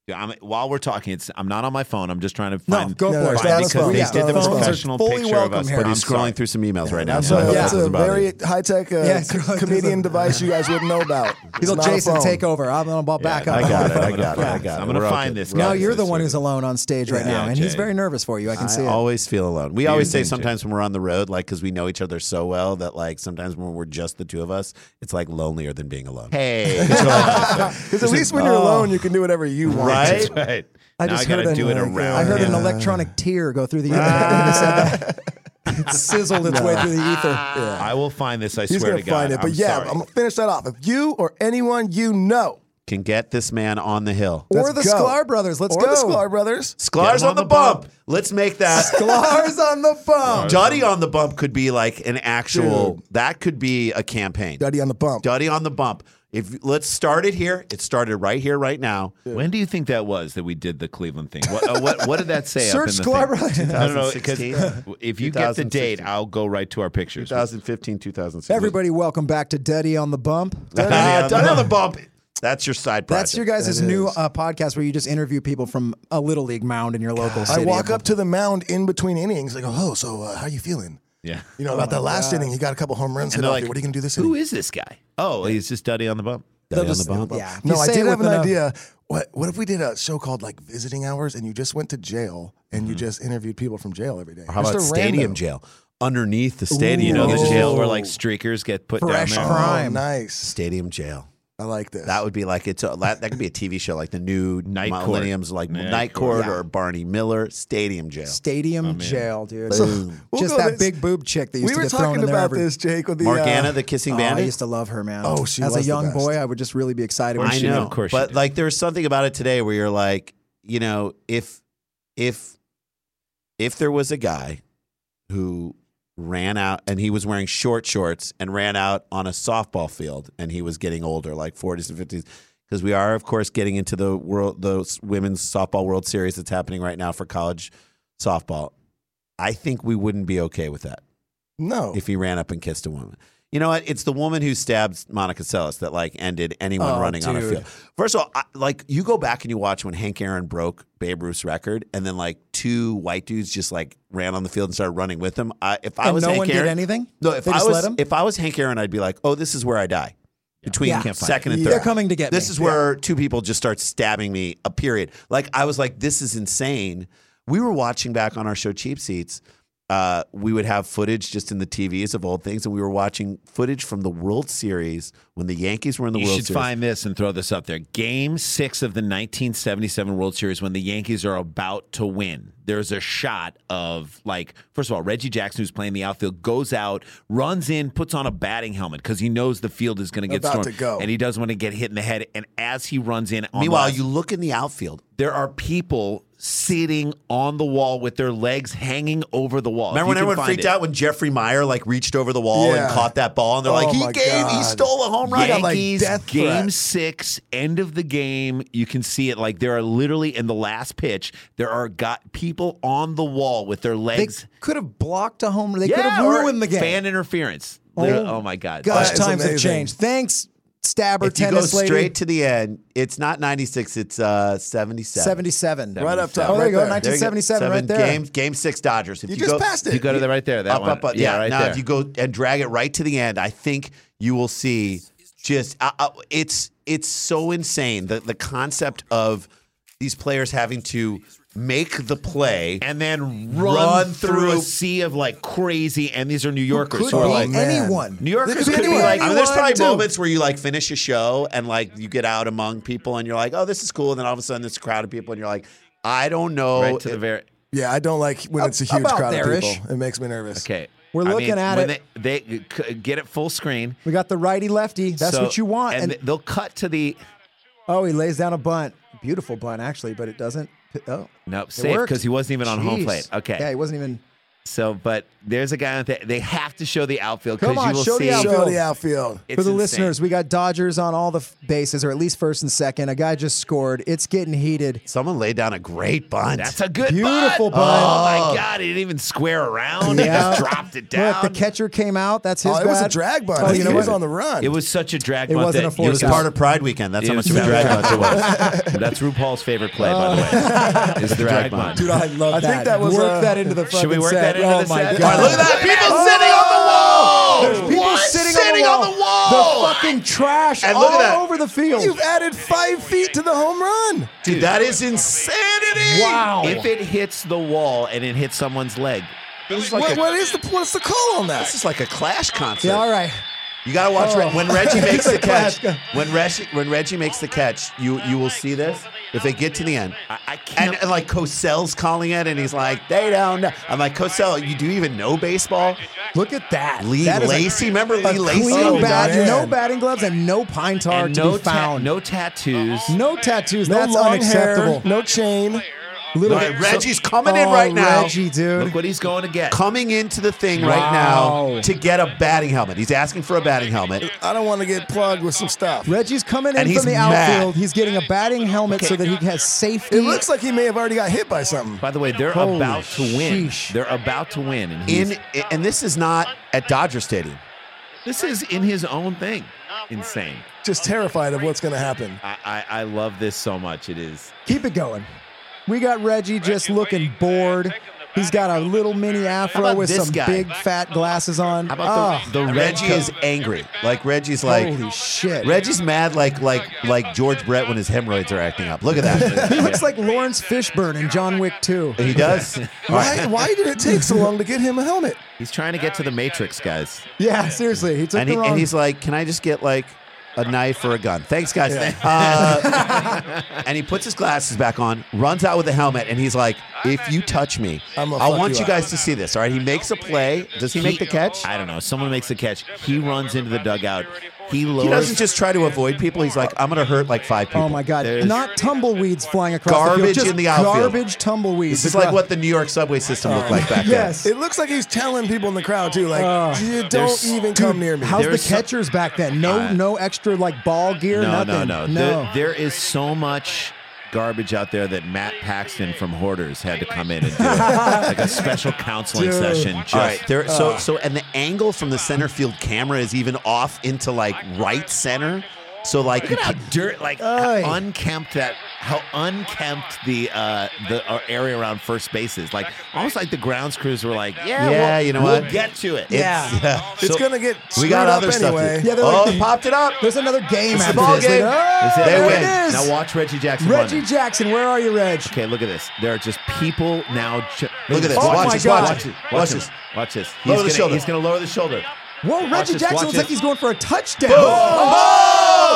C: Yeah, I'm, while we're talking, it's I'm not on my phone. I'm just trying to
D: No,
C: find.
D: go
A: No,
D: for
A: no,
D: it.
A: it's not
C: find because
A: on his phone.
C: they
A: Yeah,
C: did the
A: phones are
C: professional
A: fully
C: picture of
A: welcome
C: us.
A: here.
C: But
B: But
C: I'm
B: he's scrolling
C: sorry.
B: through some emails right now.
A: That's
B: So I
A: a,
B: hope that
A: that's a
B: doesn't bother you.
A: very high tech uh,
D: Yeah, it's- (laughs)
A: co- comedian device you guys wouldn't know about.
D: He's
A: It's
D: like
A: not a
D: Jason,
A: phone.
D: take over. I'm gonna ball back up.
B: I got
D: (laughs)
B: it. I got it.
C: I'm gonna
B: I
C: find
B: got it.
C: I'm gonna
B: We're all
C: find
B: good.
C: this
B: We're all
C: guy.
D: Now
B: good.
D: you're the one who's alone on stage right now, and he's
C: Jay.
D: very nervous for you. I can see
B: I
D: it.
B: always feel alone. We always say
C: me too.
B: sometimes when we're on the road, like because we know each other so well that like sometimes when we're just the two of us, it's like lonelier than being alone. (laughs)
C: Hey,
A: (laughs) Because at least when you're alone, you can do whatever you want.
B: Right?
C: right.
D: I
C: now
D: just
C: I gotta
D: heard
C: do it
D: an,
C: around.
D: I heard
C: him.
D: an
C: (laughs)
D: electronic tear go
A: (laughs)
D: through the ether. (laughs) when you said that.
B: (laughs)
D: it sizzled its way through the
A: (laughs)
D: ether.
C: I will find this. I
A: He's
C: swear
A: gonna
C: to God.
A: find it. But
C: I'm
A: yeah,
C: sorry.
A: I'm gonna finish that off. If you or anyone you know,
B: Can get this man on the hill.
D: Or
A: let's
D: the
A: go.
D: Sklar brothers. Let's
A: or
D: go.
A: the Sklar (laughs) brothers.
B: Sklar's
C: Get him
B: on the bump. Let's make that.
D: Sklar's on the phone.
B: Duddy on the bump could be like an actual. That could be a campaign.
A: Duddy on the bump.
B: Duddy on the bump. If let's start it here. It started right here, right now.
C: When do you think that was that we did the Cleveland thing? What, uh, what, what did that say?
A: Search
C: up
A: Sklar
C: in the thing?
A: brothers.
C: (laughs) No, no, no.
B: (laughs)
C: Because
B: 2016.
C: if you get the date, I'll go right to our pictures.
B: 2015, 2016.
D: Everybody, welcome back to Duddy on the
A: (laughs)
D: Bump.
B: Duddy, on, the Duddy on the bump. That's your side project.
D: That's your guys' new uh, podcast where you just interview people from a little league mound in your local
A: I
D: city.
A: walk up to the mound in between innings. Like, oh, so uh, how you feeling?
C: Yeah.
A: You know about that last inning, you got a couple home runs hit
C: they're
A: off
C: like,
A: you. What are you gonna do this?
C: Who
A: inning?
C: is this guy? Oh, he's just Duddy on the bump.
D: They'll
B: Duddy on the
D: just-
B: bump.
D: Yeah.
A: No,
D: You
A: I
D: say
A: did
D: it
A: have an
D: with enough-
A: idea. What what if we did a show called like visiting hours and you just went to jail and you just interviewed people from jail every day?
B: How
A: Just
B: about
A: a
B: stadium
A: random.
B: jail? Underneath the stadium,
C: You know the
A: Ooh.
C: jail where like streakers get put
D: Fresh
C: down
A: Oh,
C: there.
D: crime.
A: nice.
B: Stadium jail.
A: I like this.
B: That would be like it's a, that, that could be a TV show like the new
C: Night Court.
B: Millennium's like Night,
C: Night
B: Court, or Barney Miller Stadium Jail.
D: Stadium jail, dude.
A: We'll
D: just
A: go
D: that
A: this-
D: big boob chick that used
A: we
D: to
A: were
D: get thrown
A: talking
D: in there
A: about
D: every-
A: this, Jake, with the
B: Morgana,
A: uh,
B: the kissing
D: Oh, I
B: bandit.
D: used to love her, man.
A: Oh, she
D: As
A: was
D: a
A: the
D: young
A: best.
D: boy, I would just really be excited when
B: I
D: she
C: did,
B: know,
C: of course she
B: but
C: did.
B: like there's something about it today where you're like, you know, if if if there was a guy who ran out and he was wearing short shorts and ran out on a softball field and he was getting older, like 40s and 50s, because we are of course getting into the world, the women's softball World Series that's happening right now for college softball. I think we wouldn't be okay with that
A: no.
D: Oh.
B: if he ran up and kissed a woman. You know what? It's the woman who stabbed Monica Seles that like ended anyone
D: Oh,
B: running on a
D: dude.
B: field. First of all, I, like you go back and you watch when Hank Aaron broke Babe Ruth's record, and then like two white dudes just like ran on the field and started running with him. I, if I
D: And
B: was
D: no
B: Hank
D: one did
B: Aaron,
D: anything?
B: No, if
D: They
B: I
D: just
B: was
D: let him?
B: if I was Hank Aaron, I'd be like, oh, this is where I die. Between
D: Yeah. Can't find
B: second and
D: it.
B: third,
D: They're coming to get
B: This
D: me.
B: is where two people just start stabbing me. A period. Like I was like, this is insane. We were watching back on our show, Cheap Seats uh, we would have footage just in the TVs of old things, and we were watching footage from the World Series when the Yankees were in the
C: You
B: World
C: should
B: Series.
C: find this and throw this up there. Game six of the 1977 World Series, when the Yankees are about to win, there's a shot of, like, first of all, Reggie Jackson, who's playing the outfield, goes out, runs in, puts on a batting helmet because he knows the field is going to get
A: About
C: stormed.
A: to go.
C: And he doesn't want to get hit in the head. And as he runs in, on
B: Meanwhile,
C: the-
B: you look in the outfield.
C: there are people sitting on the wall with their legs hanging over the wall. If
B: Remember
C: you
B: when
C: can
B: everyone
C: find
B: freaked
C: it.
B: out when Jeffrey Meyer like reached over the wall and
A: Yeah.
B: caught that ball, and they're like,
A: Oh
B: "He
A: my
B: gave, he
A: God.
B: stole a home run."
A: got, like,
C: Yankees
A: death
C: game
A: threats.
C: six, end of the game. You can see it like there are literally in the last pitch, there are got people on the wall with their
D: They
C: legs.
D: could have blocked a home. They could have
C: or
D: ruined the game.
C: Fan interference. Literally- Oh, my god.
D: Gosh,
A: That is
D: times have
A: amazing.
D: changed. Thanks, stabber
B: If you go
D: tennis lady.
B: straight to the end, it's not 96, it's uh, 77.
D: 77.
A: Right up top.
D: Oh, there you go.
A: right
B: There you go.
D: 1977
B: Seven,
D: right there.
B: Game, game six Dodgers. If
A: You
B: you,
A: just
B: go,
A: passed it.
C: You go to the right there. That
B: up,
C: one.
B: up, up.
C: Yeah,
B: Yeah,
C: right
B: now
C: there.
B: if you go and drag it right to the end, I think you will see just uh, uh, it's it's so insane the the concept of these players having to make the play
C: and then run,
B: Run
C: through a
B: through-
C: sea of like crazy. And these are New Yorkers
D: Could
C: who are
D: be
C: like
A: man.
D: anyone.
C: New Yorkers
A: Could
C: could,
A: be
C: be
A: anyone.
C: like.
B: I mean, there's probably
D: too.
B: moments where you like finish a show and like you get out among people and you're like, oh, this is cool. And then all of a sudden, there's a crowd of people and you're like, I don't know.
C: Right to the
B: if-
C: very.
A: Yeah, I don't like when it's a huge
D: about
A: crowd of
D: there-ish.
A: people. It makes me nervous.
C: Okay.
D: We're
C: I
D: looking
C: mean,
D: at
C: when
D: it.
C: They, they c- get it full screen.
D: We got the righty lefty. That's
C: So-
D: what you want.
C: And,
D: And,
C: th- they'll cut to the
D: oh, he lays down a bunt. Beautiful bunt, actually, but it doesn't. Oh,
C: nope
D: It
C: safe
D: worked.
C: because he wasn't even on home
D: Jeez.
C: plate. Okay.
D: Yeah, he wasn't even.
C: So, but there's a guy on the, they have to show the outfield
D: Come
C: because
D: on,
C: you will
D: show the
C: see.
D: outfield.
A: Show the outfield.
C: It's
D: For the
C: insane.
D: listeners, we got Dodgers on all the f- bases, or at least first and second. A guy just scored. It's getting heated.
B: Someone laid down a great bunt.
C: That's a good
D: Beautiful
C: bunt.
D: bunt.
C: Oh my god! He didn't even square around.
D: Yeah.
C: He Oh, just dropped it down.
D: Look, the catcher came out. That's his
A: Oh, it was a
D: bad.
A: drag bunt.
D: Oh, you know
A: it was
D: what?
A: on the run.
C: It was such a drag
D: It
C: bunt
D: wasn't
C: that
D: a
C: you-
B: it was
D: Force
B: part
D: out.
B: of Pride Weekend. That's how
C: It
B: much of
C: was
B: a
C: the
B: drag
C: drag
B: bunt it was.
C: (laughs) bunt. That's RuPaul's favorite
B: (laughs)
C: play, by the way. Is the drag bunt.
D: Dude, I love
A: I
D: that.
A: think that was,
D: work
A: uh,
D: that into the fucking
C: Should we work
D: set.
C: that into
D: oh
C: the
D: my
C: set?
D: god!
C: All right, look at
B: that. People sitting on the wall.
D: Oh. There's people
B: What?
D: sitting,
B: Sitting
D: on,
B: on
D: the
B: the
D: wall.
B: wall.
D: The fucking trash
B: And
D: all
B: look at that.
D: over the field.
A: You've added five feet to the home run.
B: Dude, that is insanity.
D: wow.
C: If it hits the wall and it hits someone's leg,
B: This is
A: What,
B: like, a,
A: what is the what's the call on that?
B: this is like a clash concert.
D: yeah, all right.
B: You gotta watch Re-
D: Oh.
B: when Reggie makes
D: (laughs)
B: the
D: Clash
B: catch. When Reggie when Reggie makes the catch, you you will see this if they get to the end.
C: I, I can't.
B: And, and like Cosell's calling it, and he's like, "They don't." know." I'm like, Cosell, you do you even know baseball?
D: Look at that.
B: Lee
D: that is a
B: Lacy, remember
D: A
B: Lee Lacy?
D: clean
A: Oh,
D: bat,
A: man.
D: no batting gloves, and no pine tar
C: and
D: to
C: no
D: be
C: ta-
D: found.
C: no tattoos.
D: no tattoos.
A: no
D: That's
A: long
D: unacceptable.
A: hair, no chain.
B: All
D: Little
B: right, Reggie's coming in
D: Oh,
B: right now.
D: Reggie, dude.
C: Look what he's going to get.
B: Coming into the thing right
D: Wow.
B: now to get a batting helmet. He's asking for a batting helmet.
A: I don't want to get plugged with some stuff.
D: Reggie's coming in
B: And he's
D: from the
B: mad.
D: outfield. He's getting a batting helmet so that he has safety.
A: It looks like he may have already got hit by something.
C: By the way, they're
D: Holy
C: about to win.
D: sheesh.
C: They're about to win. And he's,
B: In and this is not at Dodger Stadium.
C: this is in his own thing. Insane.
A: Just terrified of what's going to happen.
C: I, I, I love this so much. It is.
D: Keep it going. We got Reggie just looking bored. He's got a little mini afro
C: about
D: with
C: this
D: some
C: guy?
D: big fat glasses on.
C: How about
D: Ah,
C: the, the red
B: Reggie
C: coat?
B: is angry. Like Reggie's like
D: holy shit.
B: Reggie's mad like like like George Brett when his hemorrhoids are acting up. Look at
C: (laughs)
B: that.
D: he looks like Lawrence Fishburne in John Wick 2.
B: he (laughs) does.
A: Why, why did it take so long to get him a helmet?
C: He's trying to get to the Matrix, guys.
D: Yeah, seriously. He took
B: And,
D: the
B: he,
D: wrong.
B: and he's like, "Can I just get like a knife or a gun?" Thanks, guys. Uh, (laughs) and he puts his glasses back on, runs out with the helmet, and he's like, "If you touch me,
A: I'm gonna
B: I
A: fuck
B: want
A: you
B: you
A: up."
B: guys to see this." All right, he makes a play. Does he, make the catch?
C: I don't know. Someone makes the catch. He runs into the dugout. He lowers.
B: He doesn't just try to avoid people. He's like, "I'm gonna hurt like five people."
D: oh my God.
C: There's-
D: Not tumbleweeds flying across the field.
B: Garbage
D: Just
B: in the outfield.
D: Garbage tumbleweeds.
B: This is like what the New York subway system looked like back then.
D: Yes.
A: It looks like he's telling people in the crowd too, like,
D: Uh,
A: "You don't
C: there's-
A: even
D: Dude,
A: come near me.
D: How's the
C: There's some-
D: catchers back then? No,
C: Uh,
D: no extra like ball gear.
C: no, no,
D: nothing.
C: no, There, there is so much garbage out there that Matt Paxton from Hoarders had to come in and do it. like a special counseling session. Just
B: All right, there. So so, and the angle from the center field camera is even off into like right center. So like, you
C: Look at
B: can't-
C: how dirt, like
D: Oy.
C: how unkempt that, how unkempt the uh, the uh, area around first base is. Like almost like the grounds crews were like, yeah,
B: Yeah,
C: we'll-
B: you know
C: we'll
B: what?
C: get to it.
B: It's-
A: it's
B: So-
A: gonna get
B: We
A: screwed
B: got
A: up
B: other stuff. to-
A: anyway."
D: Yeah, they're like-
B: oh, he popped it up.
D: There's another game
B: It's a
D: after
B: ball
D: this.
B: game.
D: Like, oh,
C: That's it.
B: They
D: there
B: win.
D: it is.
C: Now watch Reggie Jackson. run.
D: Reggie Jackson, where are you, Reg?
C: Okay, look at this. There are just people now. Ch-
B: Look at this.
D: Oh
B: watch
D: my
B: this.
D: God.
B: Watch it.
C: Watch,
B: Watch
C: him.
B: this.
C: Watch this. He's
B: Lower the
C: gonna,
B: shoulder.
C: He's going to lower the shoulder.
D: Whoa, Reggie
C: this, watch
D: Jackson looks like
C: this.
D: he's going for a touchdown.
B: Oh!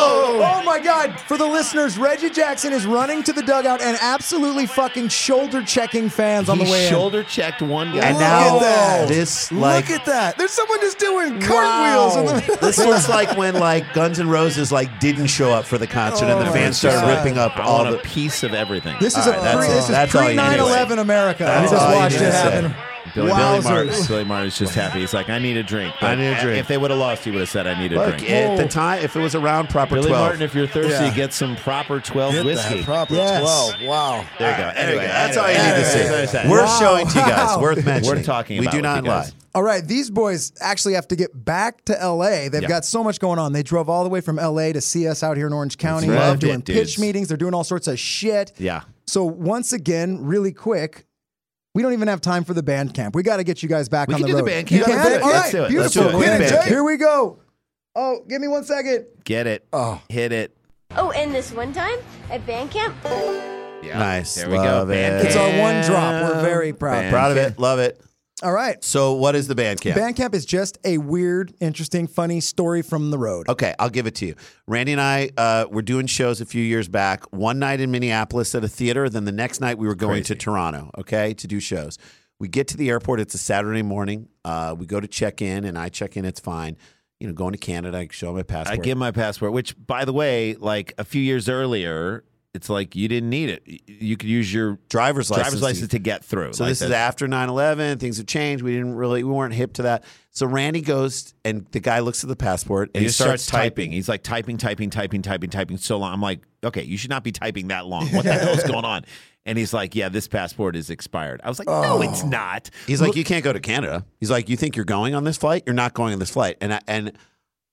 D: Oh my God! For the listeners, Reggie Jackson is running to the dugout and absolutely fucking shoulder checking fans on the
C: he
D: way in.
C: shoulder checked one guy.
B: And
A: Look at
B: now
A: that.
B: this
A: Look
B: like
A: at that. There's someone just doing cartwheels. in the-
B: this looks like when like Guns N' Roses like didn't show up for the concert and the
A: my
B: fans started
A: God.
B: ripping up
C: Oh I
B: all
C: want a
B: the.
C: piece of everything.
D: This is
B: All right,
D: a
B: that's
D: pre,
B: all-
D: this is
B: that's all
D: pre
B: you need to
D: 9/11 America. I
B: That's
D: just
B: all you
D: watched
B: need
D: it
B: to say.
D: happen.
C: Billy, Billy Martin.
D: Wowzers.
C: Billy Martin's just happy. He's like, I need a drink.
B: I need a
C: But
B: drink.
C: If they would have lost, he would have said, I need a
B: Look,
C: drink.
B: at the time, if it was around proper
C: Billy
B: 12.
C: Martin, if you're thirsty,
A: Yeah.
C: get some proper 12
A: Get
C: whiskey.
A: that proper
D: Yes.
A: 12. Wow.
C: there you go. Anyway,
B: There you go. That's all
C: anyway,
B: you need to
C: anyway,
B: see.
C: that's all I said.
B: We're
A: Wow.
B: showing to you guys.
A: Wow.
B: Worth mentioning.
C: We're talking
B: We
C: about
B: do
C: with
B: not
C: you
B: lie.
C: guys.
D: All right, these boys actually have to get back to LA. They've
C: Yeah.
D: got so much going on. They drove all the way from LA to see us out here in Orange County.
C: right.
D: They're
C: Loved
D: doing
C: it,
D: pitch
C: dudes.
D: meetings. They're doing all sorts of shit.
C: Yeah.
D: So once again, really quick, we don't even have time for the band camp. We got to get you guys back
C: We
D: on
C: can
D: the
C: do the
D: road.
C: band
D: You
C: camp.
D: can?
C: Let's do it.
D: All
C: Let's
D: right,
C: do it. Let's
D: beautiful.
C: do it. We can
D: Hit it,
C: band camp.
D: Here we go. Oh, give me one second.
C: Get it. Hit it.
F: Oh, and this one time at band camp,
C: Yeah.
B: Nice.
C: There we
B: Love
C: go. Band
B: it.
D: It's
C: camp.
D: our one drop. We're very proud.
C: Band-
B: Proud of it. Love it.
D: All right.
B: So, what is the band camp?
D: Bandcamp is just a weird, interesting, funny story from the road.
B: Okay, I'll give it to you. Randy and I uh, were doing shows a few years back. One night in Minneapolis at a theater, then the next night we were going to Toronto, okay, to do shows. We get to the airport. It's a Saturday morning. Uh, we go to check in, and I check in. It's fine. You know, going to Canada, I show my
C: I
B: passport.
C: give my passport, which, by the way, like a few years earlier, it's like you didn't need it. Y- You could use your
B: driver's license.
C: driver's license to get through.
B: So
C: Like
B: this is
C: that-
B: after 9/11. Things have changed. We didn't really, we weren't hip to that. So Randy goes, and the guy looks at the passport, and
C: he just starts typing. He's like typing, typing, typing, typing, typing so long. I'm like, okay, you should not be typing that long. What
B: (laughs)
C: the hell is going on? And he's like, yeah, this passport is expired. I was like, (laughs)
B: Oh.
C: no, it's not.
B: He's like, you can't go to Canada. He's like, you think you're going on this flight? You're not going on this flight. And I, and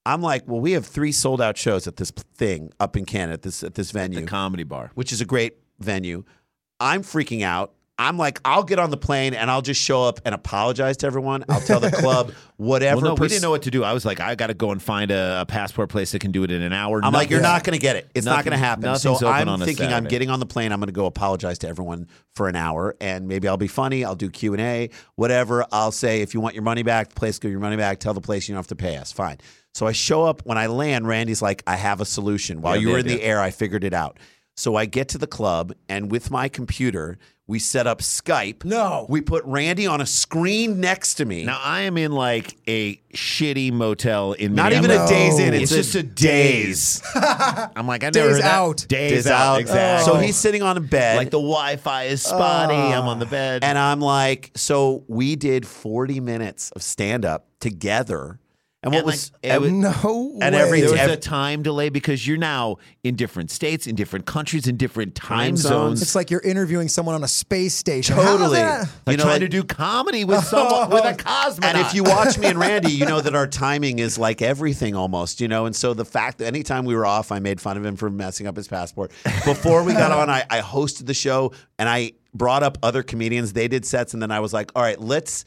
B: I'm like, well, we have three sold out shows at this thing up in Canada at this at this venue,
C: The comedy bar.
B: which is a great venue. I'm freaking out. I'm like, I'll get on the plane and I'll just show up and apologize to everyone. I'll tell
C: (laughs)
B: the club whatever.
C: Well, no, we
B: pers-
C: didn't know what to do. I was like, I got to go and find a, a passport place that can do it in an hour.
B: I'm like,
C: Nothing.
B: you're not going to get it. It's not
C: Nothing-
B: going to happen. So
C: nothing's open
B: I'm
C: on a
B: thinking I'm
C: Saturday.
B: getting on the plane. I'm going to go apologize to everyone for an hour, and maybe I'll be funny. I'll do Q and A, whatever. I'll say if you want your money back, the place give your money back. Tell the place you don't have to pay us. Fine. So I show up when I land. Randy's like, I have a solution. While
C: Yeah,
B: you were in
C: the
B: the
C: idea.
B: air, I figured it out. So I get to the club, and with my computer, we set up Skype.
A: No.
B: we put Randy on a screen next to me.
C: Now I am in like a shitty motel in
B: not even a
C: Minneapolis.
B: days in. It's,
C: It's just a
B: days.
C: (laughs) I'm like, I never
D: Days
C: heard that.
D: out.
C: Days,
B: Days
C: out.
B: out.
C: Exactly.
B: So he's sitting on a bed. Ah.
C: like the Wi-Fi is spotty. I'm on the bed.
B: And I'm like, so we did 40 minutes of stand up together. And what
C: And, like,
B: was
C: it was-
D: No
B: And
D: way.
B: every-
C: there was
B: ev-
C: a time delay because you're now in different states, in different countries, in different time,
B: Time zones.
C: zones.
D: It's like you're interviewing someone on a space station. How is
B: totally
D: that-
C: Like
B: know,
C: trying
B: like-
C: to do
D: (laughs)
C: comedy with someone with a cosmonaut.
B: And if you watch me and Randy, you know that
C: (laughs)
B: our timing is like everything almost, you know. And so the fact that anytime we were off, I made fun of him for messing up his passport. Before
D: (laughs)
B: we got on, I, I hosted the show and I brought up other comedians. They did sets, and then I was like, all right, let's.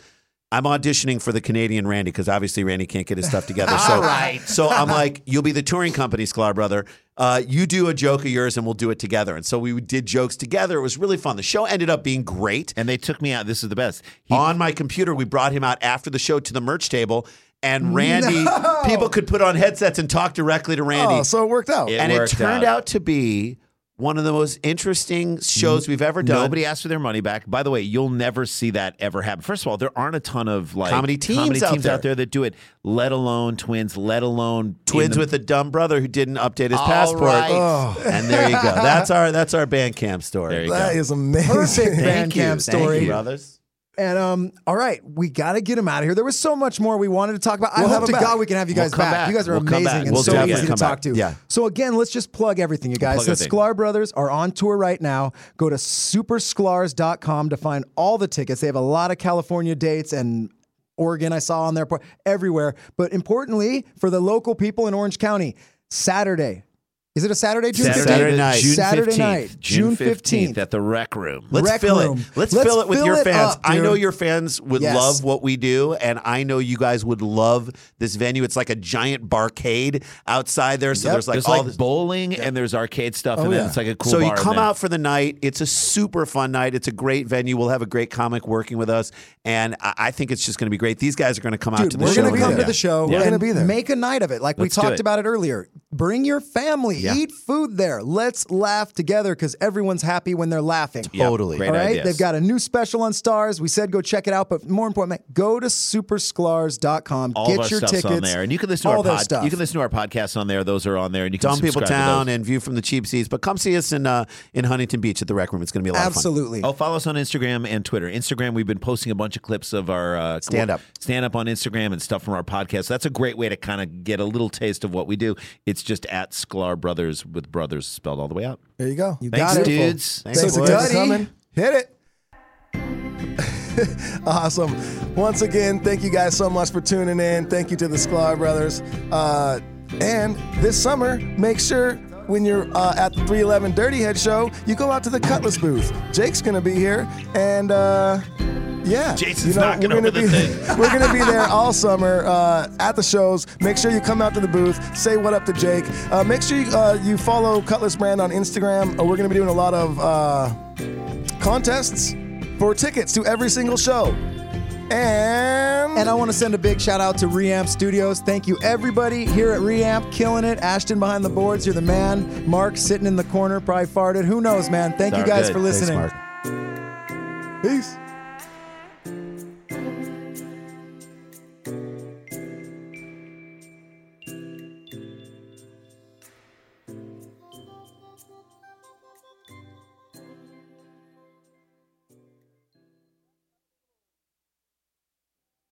B: I'm auditioning for the Canadian Randy because obviously Randy can't get his stuff together. So, so I'm like, you'll be the touring company, Sklar brother. Uh, you do a joke of yours and we'll do it together. And so we did jokes together. It was really fun. The show ended up being great
C: and they took me out. This is the best. He,
B: on my computer. We brought him out after the show to the merch table, and Randy, people could put on headsets and talk directly to Randy.
D: Oh, so it worked out.
C: It
B: and it
C: worked
B: turned
C: out.
B: out. to be one of the most interesting shows we've ever done.
C: Nobody asked for their money back. By the way, you'll never see that ever happen. First of all, there aren't a ton of like
B: Comedy teams out
C: teams
B: there.
C: out there that do it. Let alone twins. Let alone
B: Twins
C: in the-
B: with a dumb brother who didn't update his
C: All
B: passport.
C: right.
B: And there you go. That's our that's our band camp story.
C: Oh. There you
A: That
C: go.
A: is amazing.
D: Perfect
C: Thank you.
D: Bandcamp
C: Thank
D: story.
C: you.
B: brothers.
D: And um, all right, we got to get him out of here. There was so much more we wanted to talk about. I
B: We'll
D: hope
B: have
D: to
B: him back.
D: God we can have you
C: We'll
D: guys
C: come
D: back.
C: back.
D: You guys are
C: We'll come
D: amazing
C: back.
D: and
C: We'll
D: so
C: definitely
D: easy to
B: come back.
D: talk to.
B: Yeah.
D: So again, let's just plug everything, you guys.
C: plug
D: the
C: everything.
D: Sklar Brothers are on tour right now. Go to supersklars.com to find all the tickets. They have a lot of California dates and Oregon I saw on their part everywhere. But importantly, for the local people in Orange County, Saturday. Is it a Saturday, June
C: Saturday,
D: 15th?
B: Saturday night.
C: June
D: Saturday
C: 15th,
D: night.
C: June
D: June
C: 15th
D: 15th.
C: at the rec room.
B: Let's
D: Rec
B: fill
D: room.
B: it. Let's,
D: Let's
B: fill it with
D: fill
B: your
D: it
B: fans.
D: up,
B: I know
D: dude.
B: your fans would
D: Yes.
B: love what we do, and I know you guys would love this venue. It's like a giant barcade outside there, so there's like
C: there's
B: all
C: like
B: this. Oh,
C: bowling and there's arcade stuff and then it's like a cool
B: so you
C: bar
B: come
C: event.
B: out for the night. It's a super fun night. It's a great venue. We'll have a great comic working with us, and I, I think it's just going to be great. These guys are going to come out
D: Dude,
B: to the
D: we're
B: show.
D: going to come
B: again.
D: to the show and
C: Yeah.
A: We're gonna be there.
D: make a night of it. Like
C: Let's do
D: we talked
C: it.
D: about it earlier. Bring your family.
B: Yeah.
D: Eat food there. Let's laugh together because everyone's happy when they're laughing.
B: Totally. Great
D: All right.
B: ideas.
D: They've got a new special on Stars. We said go check it out, but more importantly, go to supersclars.com.
B: All
D: get
B: of our
D: your
B: stuff's
D: tickets
B: on there, and you can listen to
D: all
B: our
D: their
B: pod-
D: stuff.
B: You can listen
C: (laughs)
B: to our podcasts on there; those are on there, and you can
C: Dumb People
B: subscribe to those.
C: Town and View from the Cheap Seats. But come see us in uh, in Huntington Beach at the Rec Room. It's going to be a lot
D: Absolutely.
B: Oh, follow us on Instagram and Twitter. Instagram, we've been posting a bunch of clips of our uh,
C: Stand up.
B: stand up on Instagram and stuff from our podcast. That's a great way to kind of get a little taste of what we do. It's just at Sklar Brothers with brothers spelled all the way out.
A: There you go. You
B: Thanks,
D: got it.
B: dudes.
C: Thanks,
D: So
C: boys.
D: Duddy-
A: coming. E. Hit it. (laughs) awesome. Once again, thank you guys so much for tuning in. Thank you to the Sklar brothers. Uh, and this summer, make sure when you're uh, at the 311 Dirty Head show, you go out to the Cutlass booth. Jake's gonna be here, and uh, yeah,
B: Jason's knocking
A: we're gonna
B: over the
A: be
B: thing.
A: (laughs) we're gonna be there all summer uh, at the shows. Make sure you come out to the booth, say what up to Jake. Uh, make sure you, uh, you follow Cutlass Brand on Instagram. Uh, we're gonna be doing a lot of. Uh, contests for tickets to every single show. And,
D: And I want to send a big shout out to Reamp Studios. Thank you, everybody here at Reamp, killing it. Ashton behind the boards, you're the man. Mark sitting in the corner, probably farted. Who knows, man? Thank you
B: Darn
D: guys
B: good.
D: for
B: Thanks,
D: listening.
C: Mark.
A: peace.